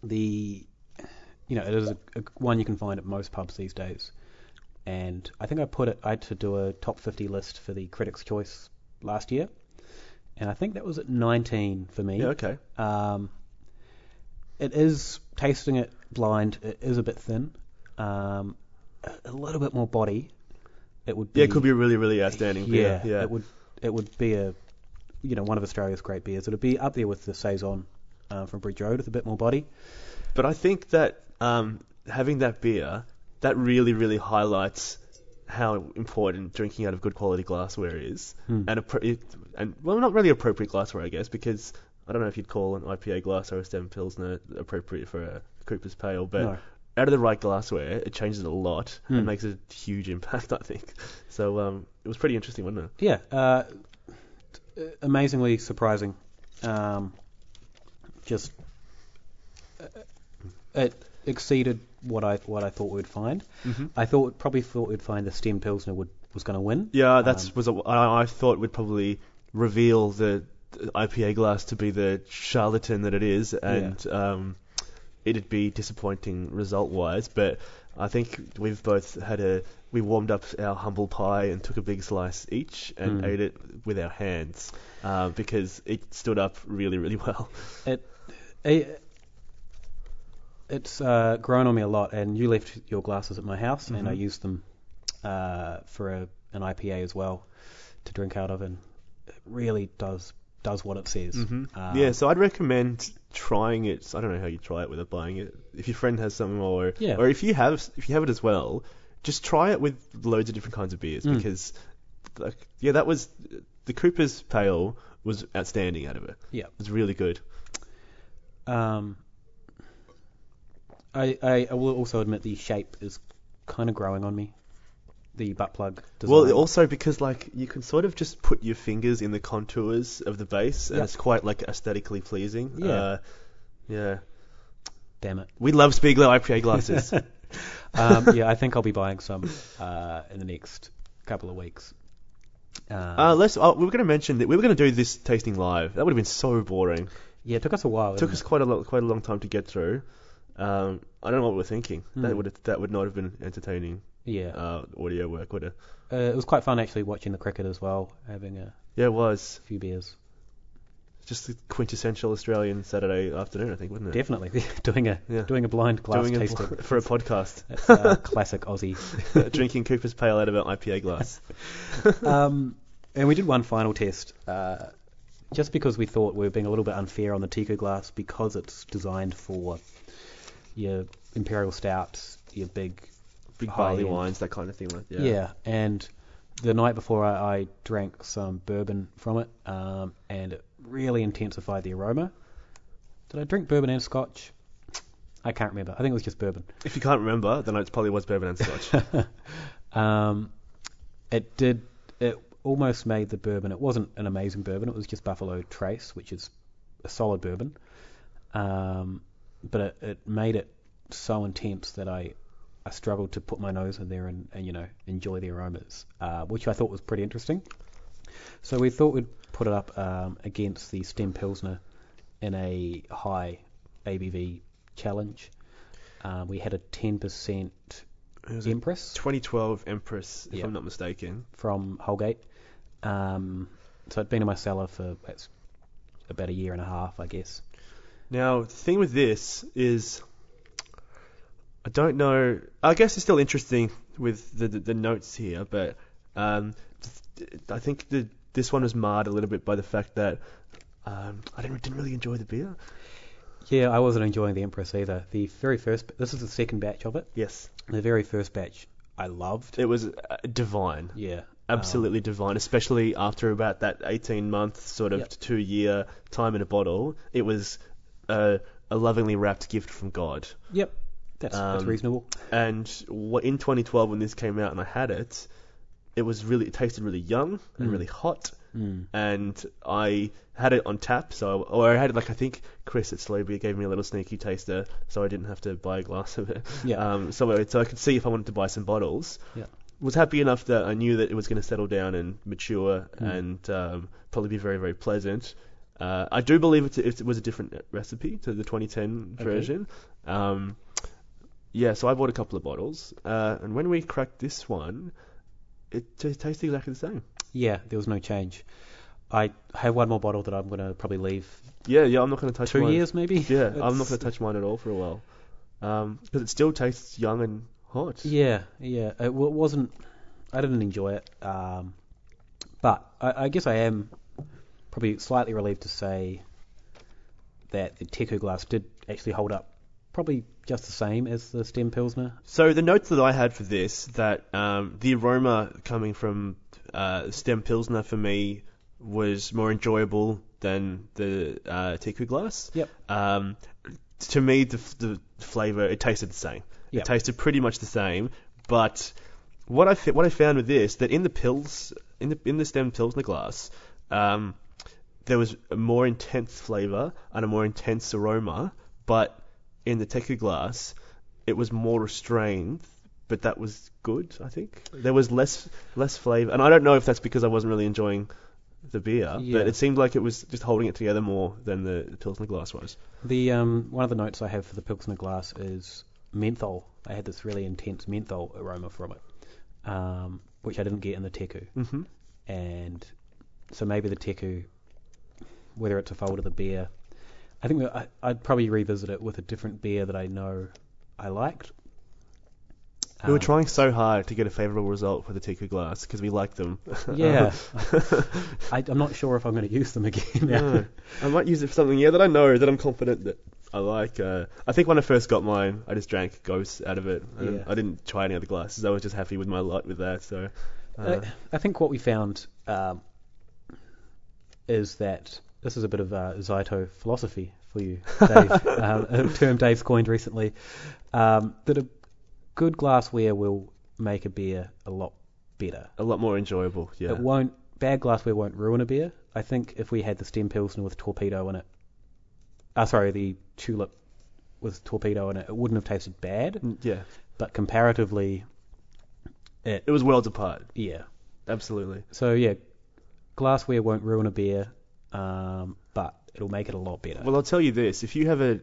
the you know it is a, a one you can find at most pubs these days, and I think I put it I had to do a top 50 list for the Critics' Choice last year, and I think that was at 19 for me. Yeah, okay. Um, it is tasting it blind. It is a bit thin. Um, a, a little bit more body. It would be. Yeah, it could be a really, really outstanding Yeah, beer. Yeah. it would. It would be a, you know, one of Australia's great beers. It'd be up there with the saison uh, from Bridge Road with a bit more body. But I think that um, having that beer, that really, really highlights how important drinking out of good quality glassware is, Hmm. and appro- it, and well, not really appropriate glassware, I guess, because I don't know if you'd call an IPA glass or a stem pilsner appropriate for a Cooper's Pale, but No. out of the right glassware, it changes a lot Hmm. and makes a huge impact, I think. So um, it was pretty interesting, wasn't it? Yeah, uh, t- amazingly surprising. Um, just uh, it exceeded what I what I thought we'd find. Mhm. I thought probably thought we'd find the Stem Pilsner would was going to win. Yeah, that's Um, was a, I, I thought would probably reveal the IPA glass to be the charlatan that it is, and um, it'd be disappointing result-wise. But I think we've both had a we warmed up our humble pie and took a big slice each and Mm. ate it with our hands uh, because it stood up really, really well. It, it it's uh, grown on me a lot, and you left your glasses at my house, and I Mhm. used them uh, for a, an IPA as well to drink out of, and it really does does what it says. Mm-hmm. Um, yeah, so I'd recommend trying it. I don't know how you try it without buying it. If your friend has some, or Yeah. or if you have if you have it as well, just try it with loads of different kinds of beers Mm. because, like, yeah, that was the Cooper's Pale was outstanding out of it. Yeah. it was really good. Um, I, I I will also admit the shape is kind of growing on me. The butt plug design. Well, also because like you can sort of just put your fingers in the contours of the base, and Yeah. it's quite like aesthetically pleasing. Yeah. uh, yeah. damn it. We love Spiegler IPA glasses. Um, yeah, I think I'll be buying some uh, in the next couple of weeks. Um, uh, let's. Oh, we were going to mention that we were going to do this tasting live. That would have been so boring. yeah, it took us a while. took didn't us quite a lot, quite a long time to get through. Um, I don't know what we were thinking. Hmm. That would that would not have been entertaining it? Yeah. uh, audio work, would it? Uh, it was quite fun actually watching the cricket as well, having a Yeah, it was. few beers. just the quintessential Australian Saturday afternoon, I think, wouldn't it? Definitely doing a Yeah. doing a blind glass Doing tasting. it for a podcast, Uh, That's uh, classic Aussie. drinking Cooper's Pale out of an IPA glass. Um, and we did one final test, uh, just because we thought we were being a little bit unfair on the Tico glass because it's designed for your imperial stouts, your big Big High barley end. wines, that kind of thing. Like, yeah. yeah. And the night before, I, I drank some bourbon from it, um, and it really intensified the aroma. Did I drink bourbon and scotch? I can't remember. I think it was just bourbon. If you can't remember, then it probably was bourbon and scotch. Um, it did. It almost made the bourbon. It wasn't an amazing bourbon. It was just Buffalo Trace, which is a solid bourbon. Um, but it, it made it so intense that I, I struggled to put my nose in there and, and you know enjoy the aromas, uh, which I thought was pretty interesting. So we thought we'd put it up um, against the Stem Pilsner in a high ABV challenge. Uh, we had a 10% It was a Empress. 2012 Empress, if Yeah. I'm not mistaken. from Holgate. Um, so it'd been in my cellar for that's about a year and a half, I guess. Now, the thing with this is, I don't know. I guess it's still interesting with the the, the notes here, but um, th- I think the, this one was marred a little bit by the fact that um, I didn't, didn't really enjoy the beer. Yeah, I wasn't enjoying the Empress either. The very first, this is the second batch of it. Yes, The very first batch, I loved. Um, it was uh, divine, Yeah, absolutely divine. Especially after about that 18 month sort of Yep. two year time in a bottle, it was a, a lovingly wrapped gift from God. Um, yep, that's, that's Um, reasonable. And what in 2012 when this came out and I had it, it was really it tasted really young and Mm. really hot. Mm. And I had it on tap, so or I had it like I think Chris at Slow Beer gave me a little sneaky taster, so I didn't have to buy a glass of it. Yeah. Um, so I, so I could see if I wanted to buy some bottles. Yeah. Was happy enough that I knew that it was going to settle down and mature Mm. and um, probably be very very pleasant. Uh, I do believe it's, it was a different recipe to the 2010 Okay. version. Um, yeah, so I bought a couple of bottles, uh, and when we cracked this one, it t- tastes exactly the same. Yeah, there was no change. I have one more bottle that I'm gonna probably leave Yeah, yeah, I'm not going to touch two mine. years maybe. Yeah, I'm not It's- going to touch mine at all for a while, because it still tastes young and hot. Yeah, yeah. It w- wasn't. I didn't enjoy it. Um, but I, I guess I am probably slightly relieved to say that the Teku glass did actually hold up, probably just the same as the Stem Pilsner. So the notes that I had for this, that um, the aroma coming from uh, stem pilsner for me was more enjoyable than the uh, Tiku glass. Yep. Um, to me, the, f- the flavor it tasted the same. Yep. It tasted pretty much the same, but what I fi- what I found with this that in the pills in the in the stem pilsner glass, um, there was a more intense flavor and a more intense aroma, but in the Teku glass, it was more restrained. But that was good, I think. There was less less flavor, and I don't know if that's because I wasn't really enjoying the beer, Yeah. but it seemed like it was just holding it together more than the, the pilsner glass was. The um, one of the notes I have for the Pilsner glass is menthol. I had this really intense menthol aroma from it, um, which I didn't get in the Teku. Mm-hmm. and so maybe the teku, whether it's a fold of the beer, I think that I, I'd probably revisit it with a different beer that I know I liked. we were Um, trying so hard to get a favourable result for the Tiku glass because we liked them. Yeah, I, I'm not sure if I'm going to use them again. now. No. I might use it for something, yeah, that I know, that I'm confident that I like. Uh, I think when I first got mine, I just drank Ghosts out of it. I, Yeah. didn't, I didn't try any other glasses. I was just happy with my lot with that. So, uh, I, I think what we found um, is that this is a bit of uh, Zyto philosophy for you, Dave. um, a term Dave's coined recently. Um, that a good glassware will make a beer a lot better. a lot more enjoyable. Yeah. It won't bad glassware won't ruin a beer. I think if we had the stem pilsner with torpedo in it, ah sorry, the tulip with torpedo in it, it wouldn't have tasted bad. Mm, yeah. But comparatively, It was worlds apart. yeah. Absolutely. So yeah, glassware won't ruin a beer, um, but it'll make it a lot better. Well, I'll tell you this: if you have a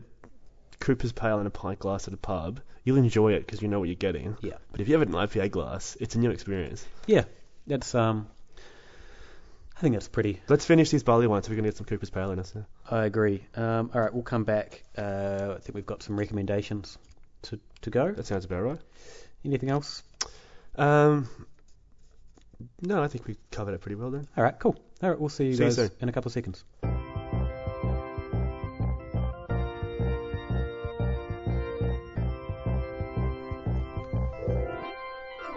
Cooper's Pale in a pint glass at a pub, you'll enjoy it because you know what you're getting. Yeah. But if you have it in an IPA glass, it's a new experience. yeah, that's um, I think that's pretty. Let's finish these barley wines so we can get some Cooper's Pale in us. Yeah. I agree. Um, all right, we'll come back. Uh, I think we've got some recommendations to, to go. That sounds about right. Anything else? Um, no, I think we covered it pretty well then. All right, cool. All right, we'll see you See you guys soon. in a couple of seconds.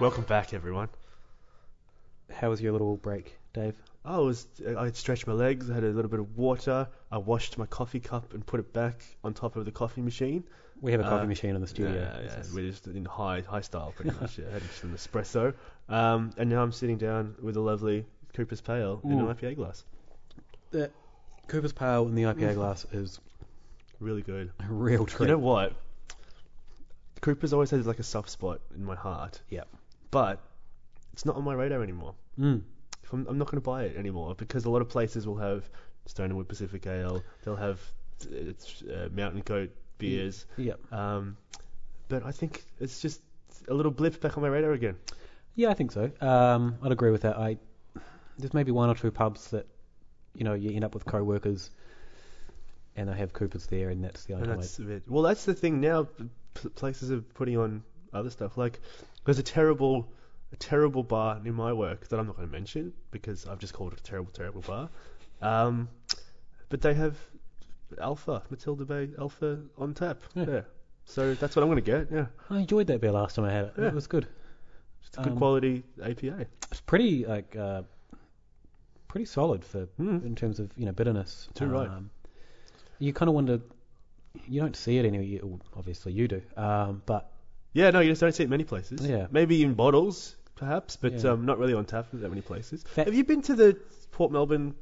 Welcome back, everyone. How was your little break, Dave? I was I had stretched my legs. I had a little bit of water. I washed my coffee cup and put it back on top of the coffee machine. We have a coffee Uh, machine in the studio. Yeah, yeah, This is- we're just in high high style pretty much. Yeah, I had just an espresso. Um, and now I'm sitting down with a lovely Cooper's Pale in Ooh. an IPA glass. Cooper's Pale in the IPA glass is Really good. a real treat. Mm. You know what? Cooper's always had like a soft spot in my heart. Yep. But it's not on my radar anymore. Mm. If I'm, I'm not going to buy it anymore because a lot of places will have Stone and Wood Pacific Ale. They'll have uh, uh, Mountain Goat beers. Yep. Um, but I think it's just a little blip back on my radar again. Yeah, I think so. Um, I'd agree with that. I there's maybe one or two pubs that you know you end up with co-workers, and they have Coopers there, and that's the only And time. that's a bit- well, that's the thing now. p- p- Places are putting on other stuff. Like there's a terrible, a terrible bar near my work that I'm not going to mention because I've just called it a terrible, terrible bar. Um, but they have Alpha Matilda Bay Alpha on tap. Yeah. Yeah. So that's what I'm going to get. Yeah. I, I enjoyed that beer last time I had it. Yeah. It was good. It's a good Um, quality APA. It's pretty like uh, pretty solid for Mm. in terms of you know bitterness. Um, Too right. You kind of wonder. You don't see it anywhere. You, well, obviously, you do. Um, but Yeah. No, you just don't see it many places. Yeah. Maybe in bottles, perhaps, but Yeah. um, not really on tap in that many places. That- have you been to the Port Melbourne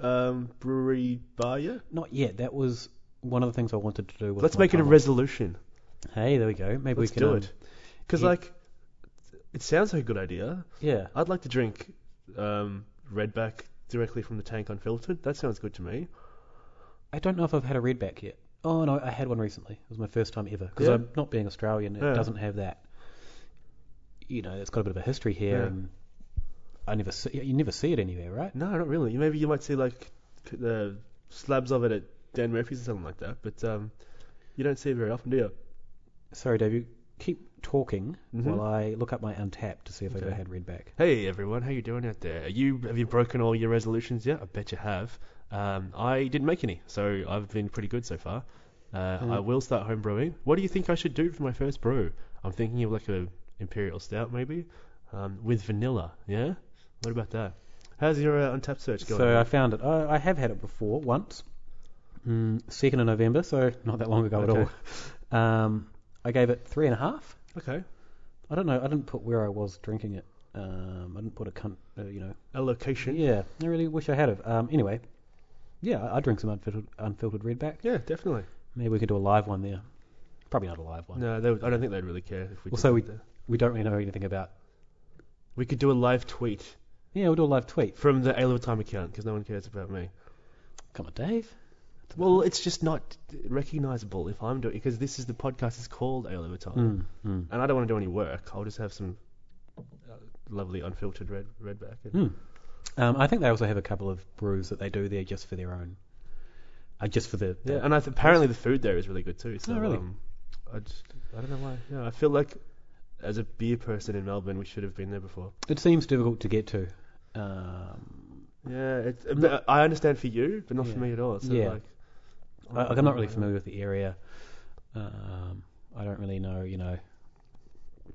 um, brewery bar yet? not yet. That was one of the things I wanted to do. With Let's my make it a time off. resolution. Hey, there we go. Maybe Let's we can do um, it. Because yeah. like, it sounds like a good idea. Yeah. I'd like to drink um, redback directly from the tank unfiltered. That sounds good to me. I don't know if I've had a redback yet. Oh no, I had one recently. It was my first time ever because Yeah. I'm not being Australian. It Yeah. doesn't have that. You know, it's got a bit of a history here, Yeah. and I never see you never see it anywhere, right? No, not really. Maybe you might see like c- the slabs of it at Dan Murphy's or something like that, but um, you don't see it very often, do you? Sorry, Dave. You keep talking Mhm. while I look up my untapped to see if I've Okay. ever had redback. Hey everyone, how you doing out there? Are you have you broken all your resolutions yet? I bet you have. Um, I didn't make any, so I've been pretty good so far. Uh, Hmm. I will start home brewing. What do you think I should do for my first brew? I'm thinking of like a imperial stout maybe, um, with vanilla. Yeah. What about that? How's your uh, untapped search going? So I found it. I, I have had it before once, mm, second of November, so not that long ago Okay. at all. Um, I gave it three and a half. okay. I don't know. I didn't put where I was drinking it. Um, I didn't put a cunt, uh, you know, A location. Yeah, I really wish I had have. Um, anyway, yeah, I- I'd drink some unfiltered, unfiltered redback. Yeah, definitely. Maybe we could do a live one there. Probably not a live one. No, they, would- I don't think they'd really care if we. Well, did so that we- there. We don't really know anything about. we could do a live tweet Yeah, we'll do a live tweet. from the Ale of Time account because no one cares about me. Come on, Dave. Well, it's just not recognizable if I'm doing because this is the podcast is called Ale Over Time, Mm, mm, and I don't want to do any work. I'll just have some uh, lovely unfiltered red redback. And, mm. Um, I think they also have a couple of brews that they do there just for their own. Uh, just for the. Yeah, and I th- apparently the food there is really good too. So, Oh, really? um, I just I don't know why. Yeah, I feel like as a beer person in Melbourne, we should have been there before. it seems difficult to get to. Um, Yeah, it's, but I understand for you, but not Yeah. for me at all. So Yeah. like, I, like, I'm not really familiar with the area. Um, I don't really know, you know.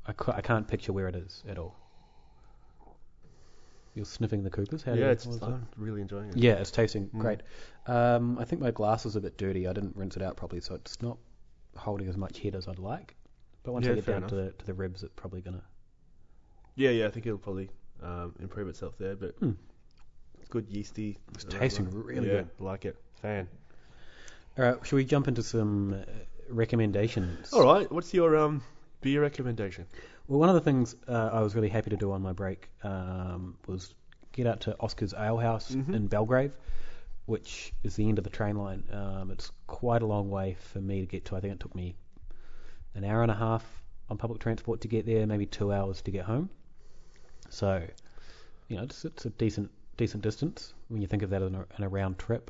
I, ca- I can't picture where it is at all. You're sniffing the Coopers? How do Yeah, you- it's what was that? I'm really enjoying it. Yeah, it's tasting Mm. great. Um, I think my glass is a bit dirty. I didn't rinse it out properly, so it's not holding as much head as I'd like. But once I Yeah, get fair down to the, to the ribs, it's probably gonna. yeah, yeah. I think it'll probably um, improve itself there, but Hmm. good yeasty. It's tasting really yeah, Like it, fan. All right, should we jump into some uh, recommendations? All right. What's your um beer recommendation? Well, one of the things uh, I was really happy to do on my break um, was get out to Oscar's Ale House Mhm. in Belgrave, which is the end of the train line. Um, it's quite a long way for me to get to. I think it took me an hour and a half on public transport to get there, maybe two hours to get home. So, you know, it's, it's a decent decent distance when you think of that in a, in a round trip.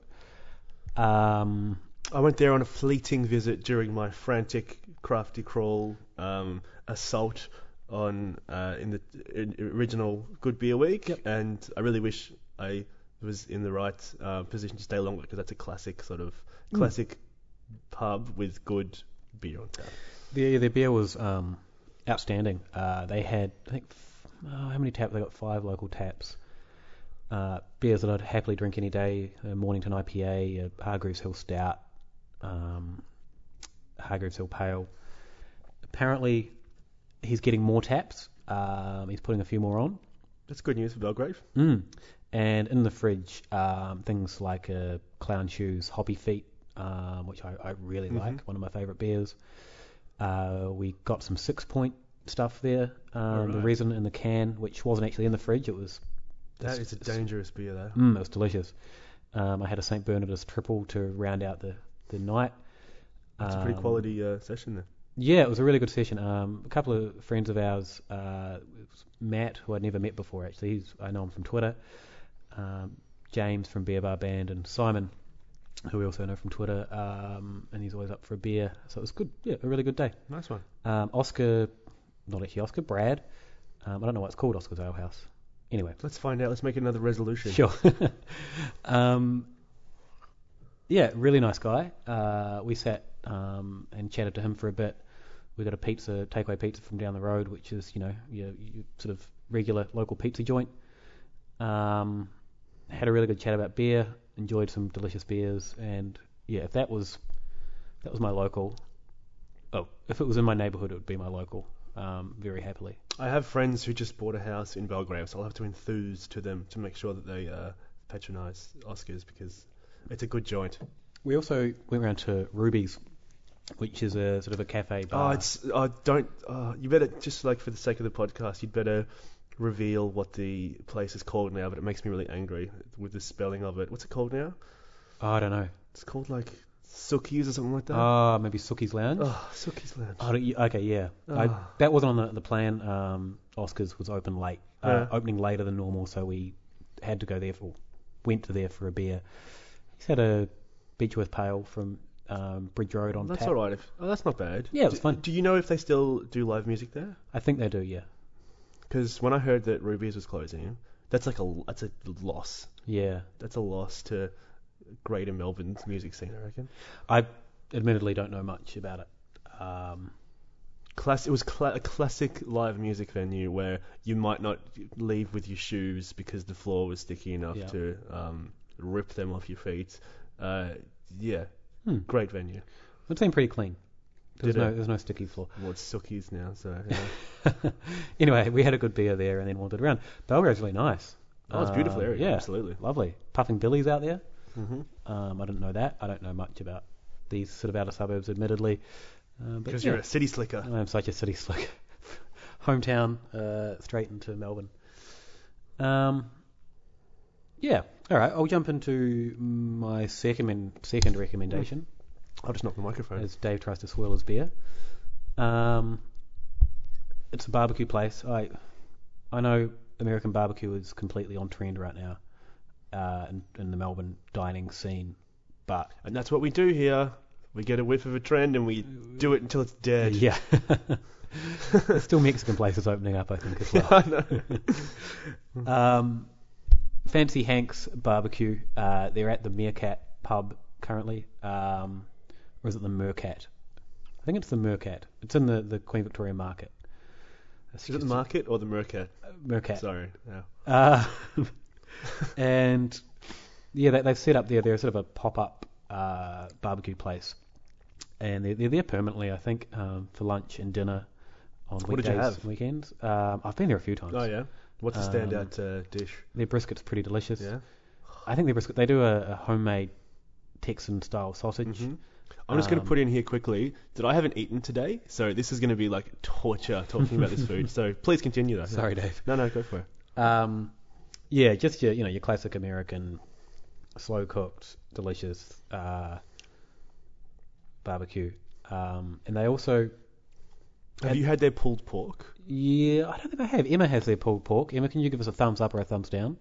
Um, I went there on a fleeting visit during my frantic crafty crawl um, assault on uh, in the in, original Good Beer Week, Yep. and I really wish I was in the right uh, position to stay longer because that's a classic sort of Mm. classic pub with good beer on tap. their their beer was um, outstanding. Uh, they had I think f- oh, how many taps? They got five local taps. Uh, beers that I'd happily drink any day: a Mornington IPA, a uh, Hargreaves Hill Stout, um, Hargreaves Hill Pale. Apparently, he's getting more taps. Um, he's putting a few more on. That's good news for Belgrave. Mm. And in the fridge, um, things like uh, clown shoes, hoppy feet, um, which I, I really Mhm. like, one of my favourite beers. Uh, we got some six point stuff there, um, the Alright. resin in the can, which wasn't actually in the fridge. It was That is a it's- dangerous beer, though. Mm, it was delicious. Um, I had a St Bernardus triple to round out the the night. It's a pretty Um, quality uh, session there. yeah, it was a really good session. Um, a couple of friends of ours, uh, it was Matt, who I'd never met before actually, he's, I know him from Twitter, um, James from Beer Bar Band, and Simon, who we also know from Twitter, um, and he's always up for a beer. So it was good, yeah, a really good day. Nice one. Um, Oscar, not actually Oscar, Brad, um, I don't know what it's called, Oscar's Ale House. Anyway, Let's find out. Let's make another resolution. Sure. um, yeah, really nice guy. Uh, we sat um, and chatted to him for a bit. We got a pizza, takeaway pizza from down the road, which is you know your, your sort of regular local pizza joint. Um, had a really good chat about beer. Enjoyed some delicious beers, and yeah, if that was that was my local. Oh, if it was in my neighbourhood, it would be my local. Um, very happily. I have friends who just bought a house in Belgrave, so I'll have to enthuse to them to make sure that they uh, patronise Oscars because it's a good joint. We also went round to Ruby's, which is a sort of a cafe bar. oh, it's uh, don't uh, you better just like for the sake of the podcast, you'd better reveal what the place is called now. But it makes me really angry with the spelling of it. What's it called now? Oh, I don't know. It's called like Sookies or something like that. Ah, maybe Sookie's Lounge. oh, Sookies Uh, Lounge. Oh, y- okay, yeah. I, Ah. that wasn't on the, the plan. Um, Oscars was open late, uh, Yeah. opening later than normal, so we had to go there for, went to there for a beer. He's had a Beechworth Pale from um, Bridge Road on that's tap. all right. If, oh, that's not bad. Yeah, it was Do- fun. Do you know if they still do live music there? I think they do, yeah. Because when I heard that Ruby's was closing, that's like a that's a loss. Yeah. That's a loss to Greater Melbourne's music scene, I reckon. I admittedly don't know much about it. Um, Class, it was cla a classic live music venue where you might not leave with your shoes because the floor was sticky enough Yeah. to um, rip them off your feet. Uh, yeah, Hmm. great venue. it seemed pretty clean. There's Did no, it? there's no sticky floor. Well, it's Sookies now, so yeah. anyway, we had a good beer there and then wandered around. Belgrave's really nice. oh, it's a beautiful Uh, area. Yeah, absolutely. lovely. Puffing Billy's out there. Mm-hmm. Um, I didn't know that. I don't know much about these sort of outer suburbs, admittedly. Um, but Because yeah, you're a city slicker. I'm such a city slick. Hometown, uh, straight into Melbourne. Um, yeah. All right. I'll jump into my second second recommendation I'll just knock the microphone. as Dave tries to swirl his beer. Um, it's a barbecue place. I I know American barbecue is completely on trend right now uh, in, in the Melbourne dining scene, but And that's what we do here. We get a whiff of a trend and we do it until it's dead. uh, yeah, still Mexican places opening up, I think as well. I know. Um, Fancy Hank's Barbecue. Uh, they're at the Meerkat pub currently, um, or is it the Mercat? I think it's the Mercat. It's in the, the Queen Victoria Market. Is it the market or the Mercat? Mercat. Sorry. Yeah. Uh, and yeah, they, they've set up there. They're sort of a pop-up uh, barbecue place, and they're, they're there permanently, I think, um, for lunch and dinner on What did weekdays you and have? weekends. Um, I've been there a few times. Oh yeah. What's the Um, standout uh, dish? Their brisket's pretty delicious. Yeah. I think their brisket. They do a, a homemade Texan-style sausage. Mhm. I'm just going Um, to put in here quickly that I haven't eaten today, so this is going to be like torture talking about this food. So please continue though. Sorry, Dave. No, no, go for it. Um, yeah, just your you know your classic American, slow cooked, delicious uh, barbecue. Um, and they also Have And- you had their pulled pork? yeah I don't think I have. Emma has their pulled pork. Emma, can you give us a thumbs up or a thumbs down?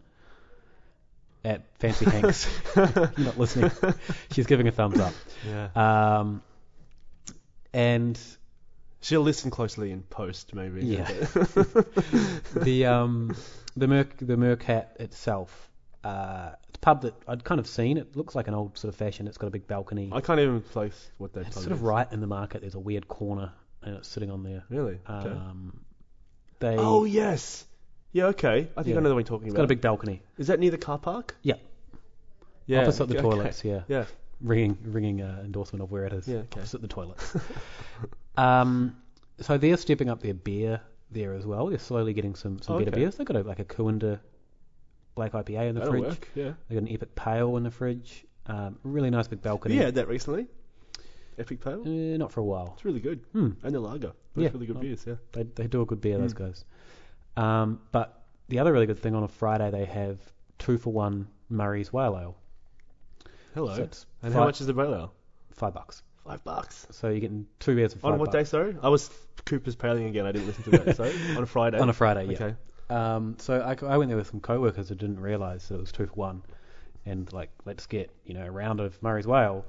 at Fancy Hanks. You're not listening. She's giving a thumbs up. Yeah. Um, and She'll listen closely in post, maybe. Yeah. the um, the Merc the Mercat itself, uh, it's a pub that I'd kind of seen. It looks like an old sort of fashion. It's got a big balcony. I can't even place what they. It's sort of right in the market. There's a weird corner, and it's sitting on there. Really. Okay. Um, they oh yes. Yeah. Okay. I think Yeah. I know what you're talking it's about. got a big balcony. Is that near the car park? Yeah. Yeah. opposite the okay, okay. toilets. Yeah. Yeah. ringing ringing uh, endorsement of where it is Yeah, okay. opposite the toilets. um, so they're stepping up their beer there as well. They're slowly getting some, some better Okay. beers. They've got a, like a Coender black IPA in the That'll fridge. work. Yeah. They've got an epic pale in the fridge. Um, really nice big balcony. Yeah, had that recently. Epic Pale. Eh, not for a while. It's really good. Hmm. And the lager. Both Yeah. really good Oh. beers. Yeah. They they do a good beer Hmm. those guys. Um, but the other really good thing on a Friday they have two for one Murray's Whale Ale. Hello. So it's and fi- how much is the Pale Ale? Five bucks. Five bucks. So you're getting two beers for five on what bucks. day? Sorry, I was Cooper's paling again. I didn't listen to that. Sorry, on a Friday. On a Friday, yeah. Okay. Um, so I, I went there with some co-workers who didn't realise that it was two for one, and like let's get you know a round of Murray's Whale,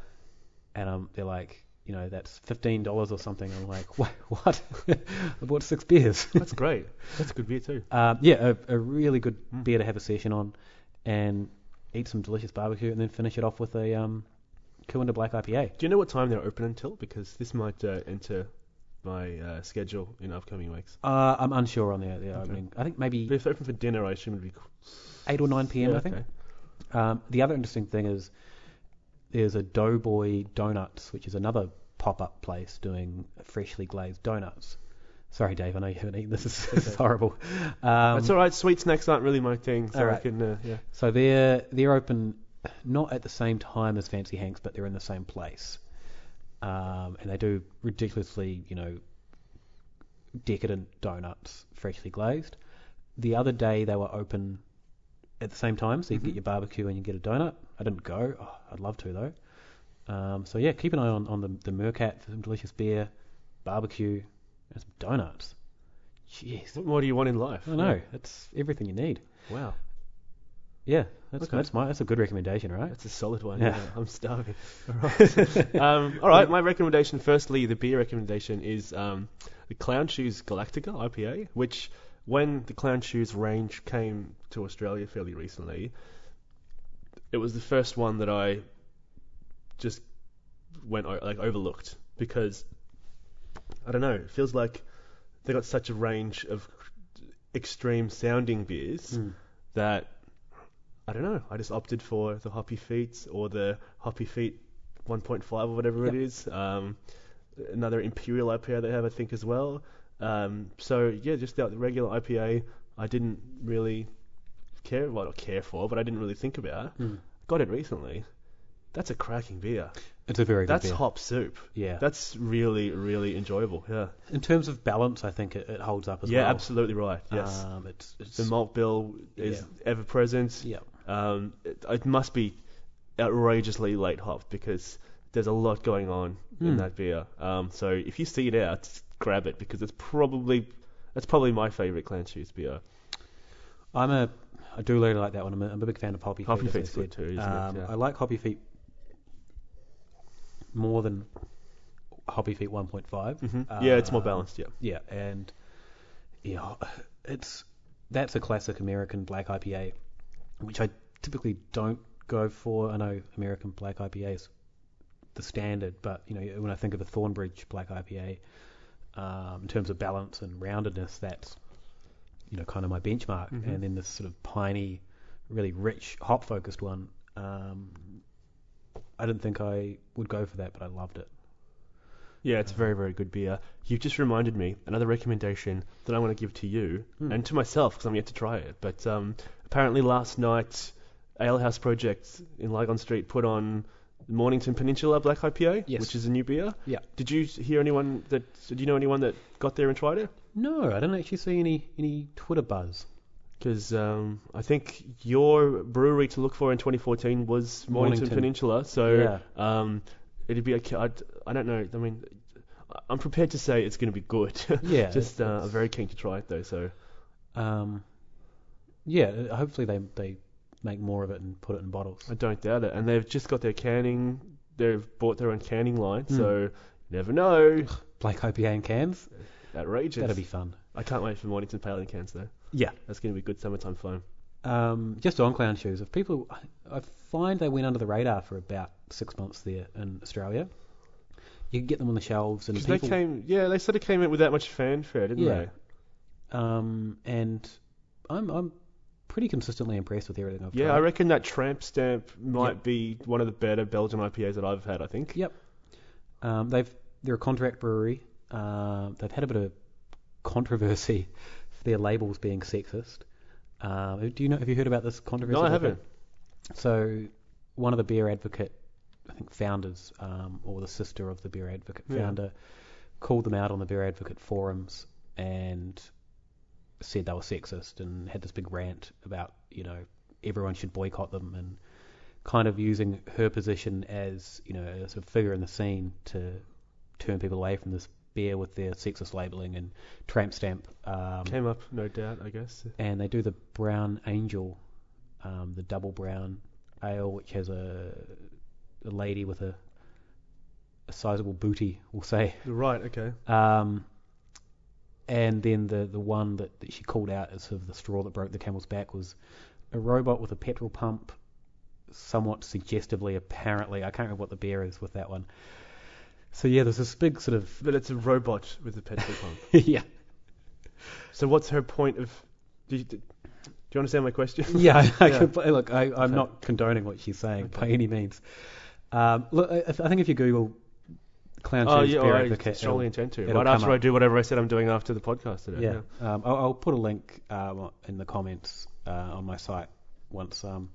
and um they're like you know that's fifteen dollars or something. I'm like what? What? I bought six beers. That's great. That's good Mm. beer too. um, yeah, a, a really good beer to have a session on, and eat some delicious barbecue, and then finish it off with a um, Kuinda Black IPA. Do you know what time they're open until? Because this might uh, enter my uh, schedule in upcoming weeks. Uh, I'm unsure on the, the opening. I think maybe But if they're open for dinner, I assume it'd be. Cool. eight or nine p.m. Yeah, I think. okay. Um, the other interesting thing is there's a Doughboy Donuts, which is another pop-up place doing freshly glazed donuts. Sorry, Dave, I know you haven't eaten this. This is horrible. Um, That's all right. Sweet snacks aren't really my thing, so all I right. can. Uh, yeah. So they're they're open not at the same time as Fancy Hanks, but they're in the same place, um, and they do ridiculously, you know, decadent donuts, freshly glazed. The other day they were open at the same time, so you get your barbecue and you get a donut. I didn't go. Oh, I'd love to though. Um, so yeah, keep an eye on, on the the Mercat for some delicious beer, barbecue, and some donuts. Jeez, What more do you want in life? I know that's everything you need. Wow. Yeah, that's Okay. that's my that's a good recommendation, right? Uh, That's a solid one. Yeah. Yeah. I'm starving. All right. um, all right. My recommendation, firstly, the beer recommendation is um, the Clown Shoes Galactica IPA, which when the Clown Shoes range came to Australia fairly recently, it was the first one that I just went o- like overlooked because I don't know. It feels like they got such a range of extreme sounding beers Mm. Hmm, that I don't know. I just opted for the Hoppy Feet or the Hoppy Feet 1.5 or whatever it Yep. is. Um, another Imperial IPA they have, I think, as well. Um, so yeah, just the the regular IPA. I didn't really care, well, not care for, but I didn't really think about. hmm. Got it recently. That's a cracking beer. It's a very good That's beer. hop soup. Yeah. That's really, really enjoyable. Yeah. In terms of balance, I think it, it holds up as Yeah, well. absolutely right. Yes. Um, it's, it's the malt bill is ever present. yeah. Um, it, it must be outrageously late hopped because there's a lot going on in that beer. Um, so if you see it out, just grab it because it's probably that's probably my favorite clan shoes beer. I'm a I do really like that one. I'm a, I'm a big fan of Hoppy Feet. Hoppy as I Feet's good said. too, isn't it? um, Yeah. I like Hoppy Feet more than Hoppy Feet 1.5. yeah, it's more Um, balanced. Yeah. Yeah, and yeah, it's that's a classic American black IPA, which I typically don't go for. I know American black IPA is the standard, but you know when I think of a Thornbridge black IPA, um, in terms of balance and roundedness, that's you know kind of my benchmark. And then this sort of piney, really rich hop focused one. Um, I didn't think I would go for that, but I loved it. Yeah, it's a very, very good beer. You've just reminded me another recommendation that I want to give to you and to myself because I'm yet to try it. But um, apparently last night, Alehouse Project in Lygon Street put on the Mornington Peninsula Black IPA, Yes. which is a new beer. Yeah. Did you hear anyone that? Did you know anyone that got there and tried it? No, I didn't actually see any any Twitter buzz. Because um, I think your brewery to look for in 2014 was Mornington, Mornington. Peninsula. So Yeah. um, it'd be okay. I'd, I don't know. I mean, I- I'm prepared to say it's going to be good. Yeah, Just uh, it's- I'm very keen to try it though. So Um, yeah, uh, hopefully they they make more of it and put it in bottles. I don't doubt it. And they've just got their canning. They've bought their own canning line, Hmm. so you never know. Black IPA in cans. Outrageous. That'll be fun. I can't wait for Mornington Pale in cans though. Yeah. That's going to be good summertime fun. Um, just on clown shoes, if people, I- I find they went under the radar for about six months there in Australia. You could get them on the shelves and Because they people, came, yeah, they sort of came in without much fanfare, didn't Yeah. they? um, and I'm I'm pretty consistently impressed with everything I've Yeah, tried. I reckon that Tramp Stamp might Yep. be one of the better Belgian IPAs that I've had. I think. Yeah. Um, they've they're a contract brewery. Um, they've had a bit of controversy for their labels being sexist. Um, do you know? Have you heard about this controversy? no, I Okay. haven't. So one of the beer advocate, I think founders, um, or the sister of the beer advocate Yeah. founder, called them out on the beer advocate forums and said they were sexist and had this big rant about you know everyone should boycott them and kind of using her position as you know as a sort of figure in the scene to turn people away from this beer with their sexist labeling and tramp stamp. Um, Came up, no doubt. I guess. and they do the brown angel, um, the double brown ale, which has a, a lady with a, a sizable booty, we'll say. Right. Okay. Um, and then the, the one that, that she called out as sort of the straw that broke the camel's back was a robot with a petrol pump, somewhat suggestively, apparently. I can't remember what the beer is with that one. So yeah, there's this big sort of But it's a robot with a petrol pump. yeah So what's her point of? Do you, do you understand my question? Yeah, I, I Yeah. compl- look, I, I'm Okay. not condoning what she's saying by Okay. any means. Um, look, I, I think if you Google clown Oh shoes yeah, beer I advocate, strongly intend to. it'll Right come after I up. do whatever I said I'm doing after the podcast it'll- today. yeah, Um, I'll, I'll put a link um, in the comments uh, on my site once um,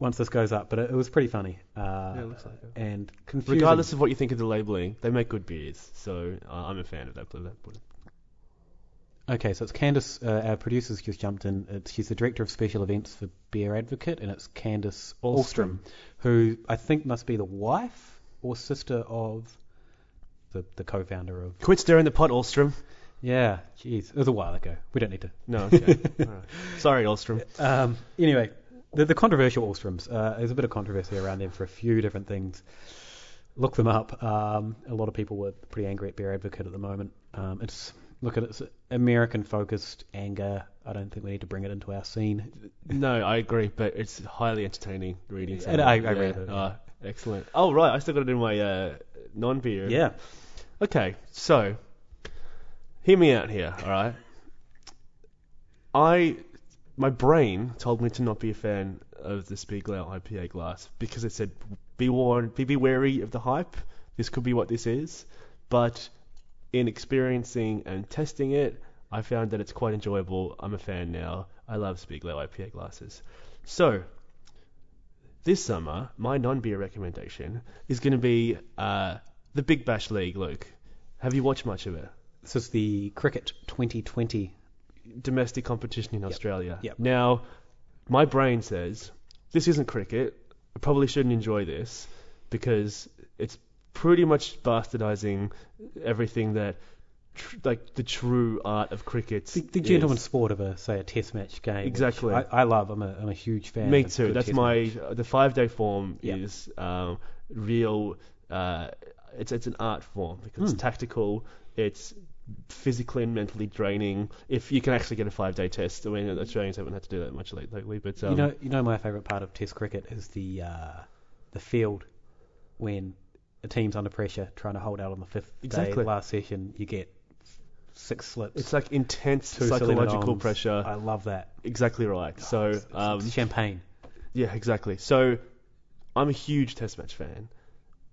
once this goes up. But it, it was pretty funny uh, Yeah, it looks like it. and confusing. Regardless of what you think of the labeling, they make good beers, so uh, I'm a fan of that. that that- Okay, so it's Candace, uh, our producer's just jumped in. It's, she's the director of special events for Beer Advocate, and it's Candace Allstrom, Ahlstrom. who I think must be the wife or sister of the, the co-founder of. Quit stirring the pot, Alstrom. Yeah, jeez, it was a while ago. We don't need to. No, okay. All right. Sorry, Alstrom. Um, anyway, the, the controversial Allstroms. Uh, there's a bit of controversy around them for a few different things. Look them up. Um, a lot of people were pretty angry at Beer Advocate at the moment. Um, it's look at it's American focused anger. I don't think we need to bring it into our scene. No, I agree, but it's highly entertaining reading. Yeah, something. I- I read it, ah, excellent. Oh right, I still got to do my uh, non-beer. Yeah. Okay, so hear me out here, all right? I my brain told me to not be a fan of the Spiegel IPA glass because it said be warned, be, be wary of the hype. This could be what this is, but in experiencing and testing it, I found that it's quite enjoyable. I'm a fan now. I love Spiegel IPA glasses. So, this summer, my non-beer recommendation is going to be uh, the Big Bash League. Luke, have you watched much of it? This is the Cricket 2020. Domestic competition in Australia. Yep. Now, my brain says this isn't cricket. I probably shouldn't enjoy this because it's pretty much bastardizing everything that, tr- like, the true art of cricket. The, the is. gentleman's sport of a, say, a test match game. which Exactly. I, I love. I'm a, I'm a huge fan. Me of too. good That's test my match. the five day form Yeah. is um, real. Uh, it's it's an art form because Hmm. it's tactical. It's physically and mentally draining. If you can actually get a five day test, I mean Australians haven't had to do that much late- lately, but um, Mm-hmm. you know, you know, my favourite part of Test cricket is the uh, the field when a team's under pressure trying to hold out on the fifth day Exactly. last session. You get six slips. it's like intense two seven psychological ons. pressure. I love that. exactly right. So It's- it's um, champagne. Yeah, exactly. So I'm a huge Test match fan.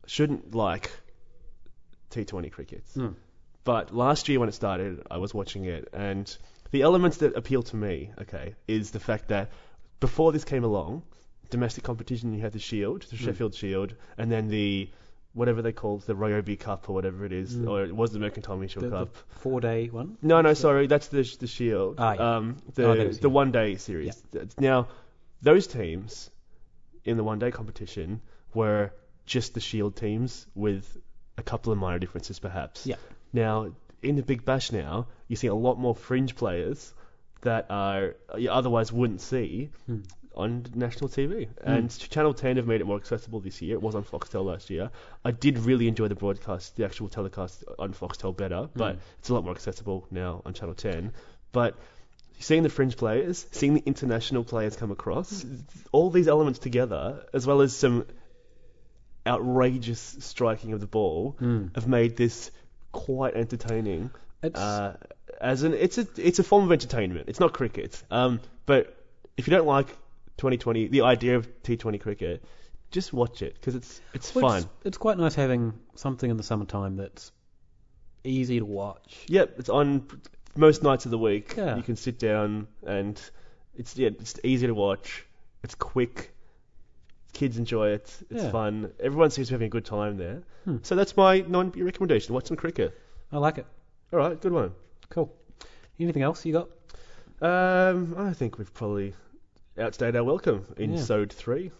Shouldn't like T20 cricket. Mm. But last year when it started, I was watching it, and the elements that appeal to me, okay, is the fact that before this came along, domestic competition, you had the Shield, Hmm. the Sheffield Shield, and then the whatever they called the Ryobi Cup or whatever it is, Mm. or it was the Mercantile Mutual The, the Cup. four day one. No, no, sorry, that's the the Shield. Ah, yeah. Um, the Oh, that was the it. one day series. That's- Now, those teams in the one day competition were just the Shield teams with a couple of minor differences, perhaps. Yeah. Now, in the Big Bash, now you see a lot more fringe players that are you otherwise uh, wouldn't see Hmm. on national TV. And Channel 10 have made it more accessible this year. It was on Foxtel last year. I did really enjoy the broadcast, the actual telecast on Foxtel better, but it's a lot more accessible now on Channel 10. But seeing the fringe players, seeing the international players come across, all these elements together, as well as some outrageous striking of the ball, have made this quite entertaining. It's- Uh, as an it's a it's a form of entertainment. It's not cricket. Um, but if you don't like 2020, the idea of T20 cricket, just watch it because it's it's Well, fun. It's, it's quite nice having something in the summertime that's easy to watch. Yep, it's on most nights of the week. Yeah. You can sit down and it's yeah, it's easy to watch. It's quick. Kids enjoy it. It's Yeah. fun. Everyone seems to be having a good time there. Hmm. So that's my non recommendation. Watch some cricket. I like it. All right, good one. Cool. Anything else you got? Um, I think we've probably outstayed our welcome in Yeah. Sode three.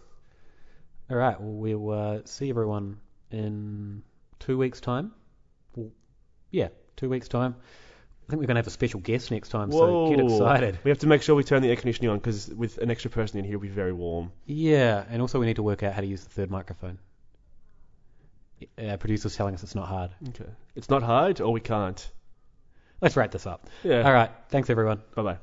All right. Well, we'll uh, see everyone in two weeks' time. Well, yeah, two weeks' time. I think we're going to have a special guest next time, so get Whoa. excited. We have to make sure we turn the air conditioning on because with an extra person in here, it'll be very warm. Yeah, and also we need to work out how to use the third microphone. Uh, producer's telling us it's not hard. Okay. It's not hard, or we can't. Let's wrap this up. Yeah. All right. Thanks, everyone. Bye bye.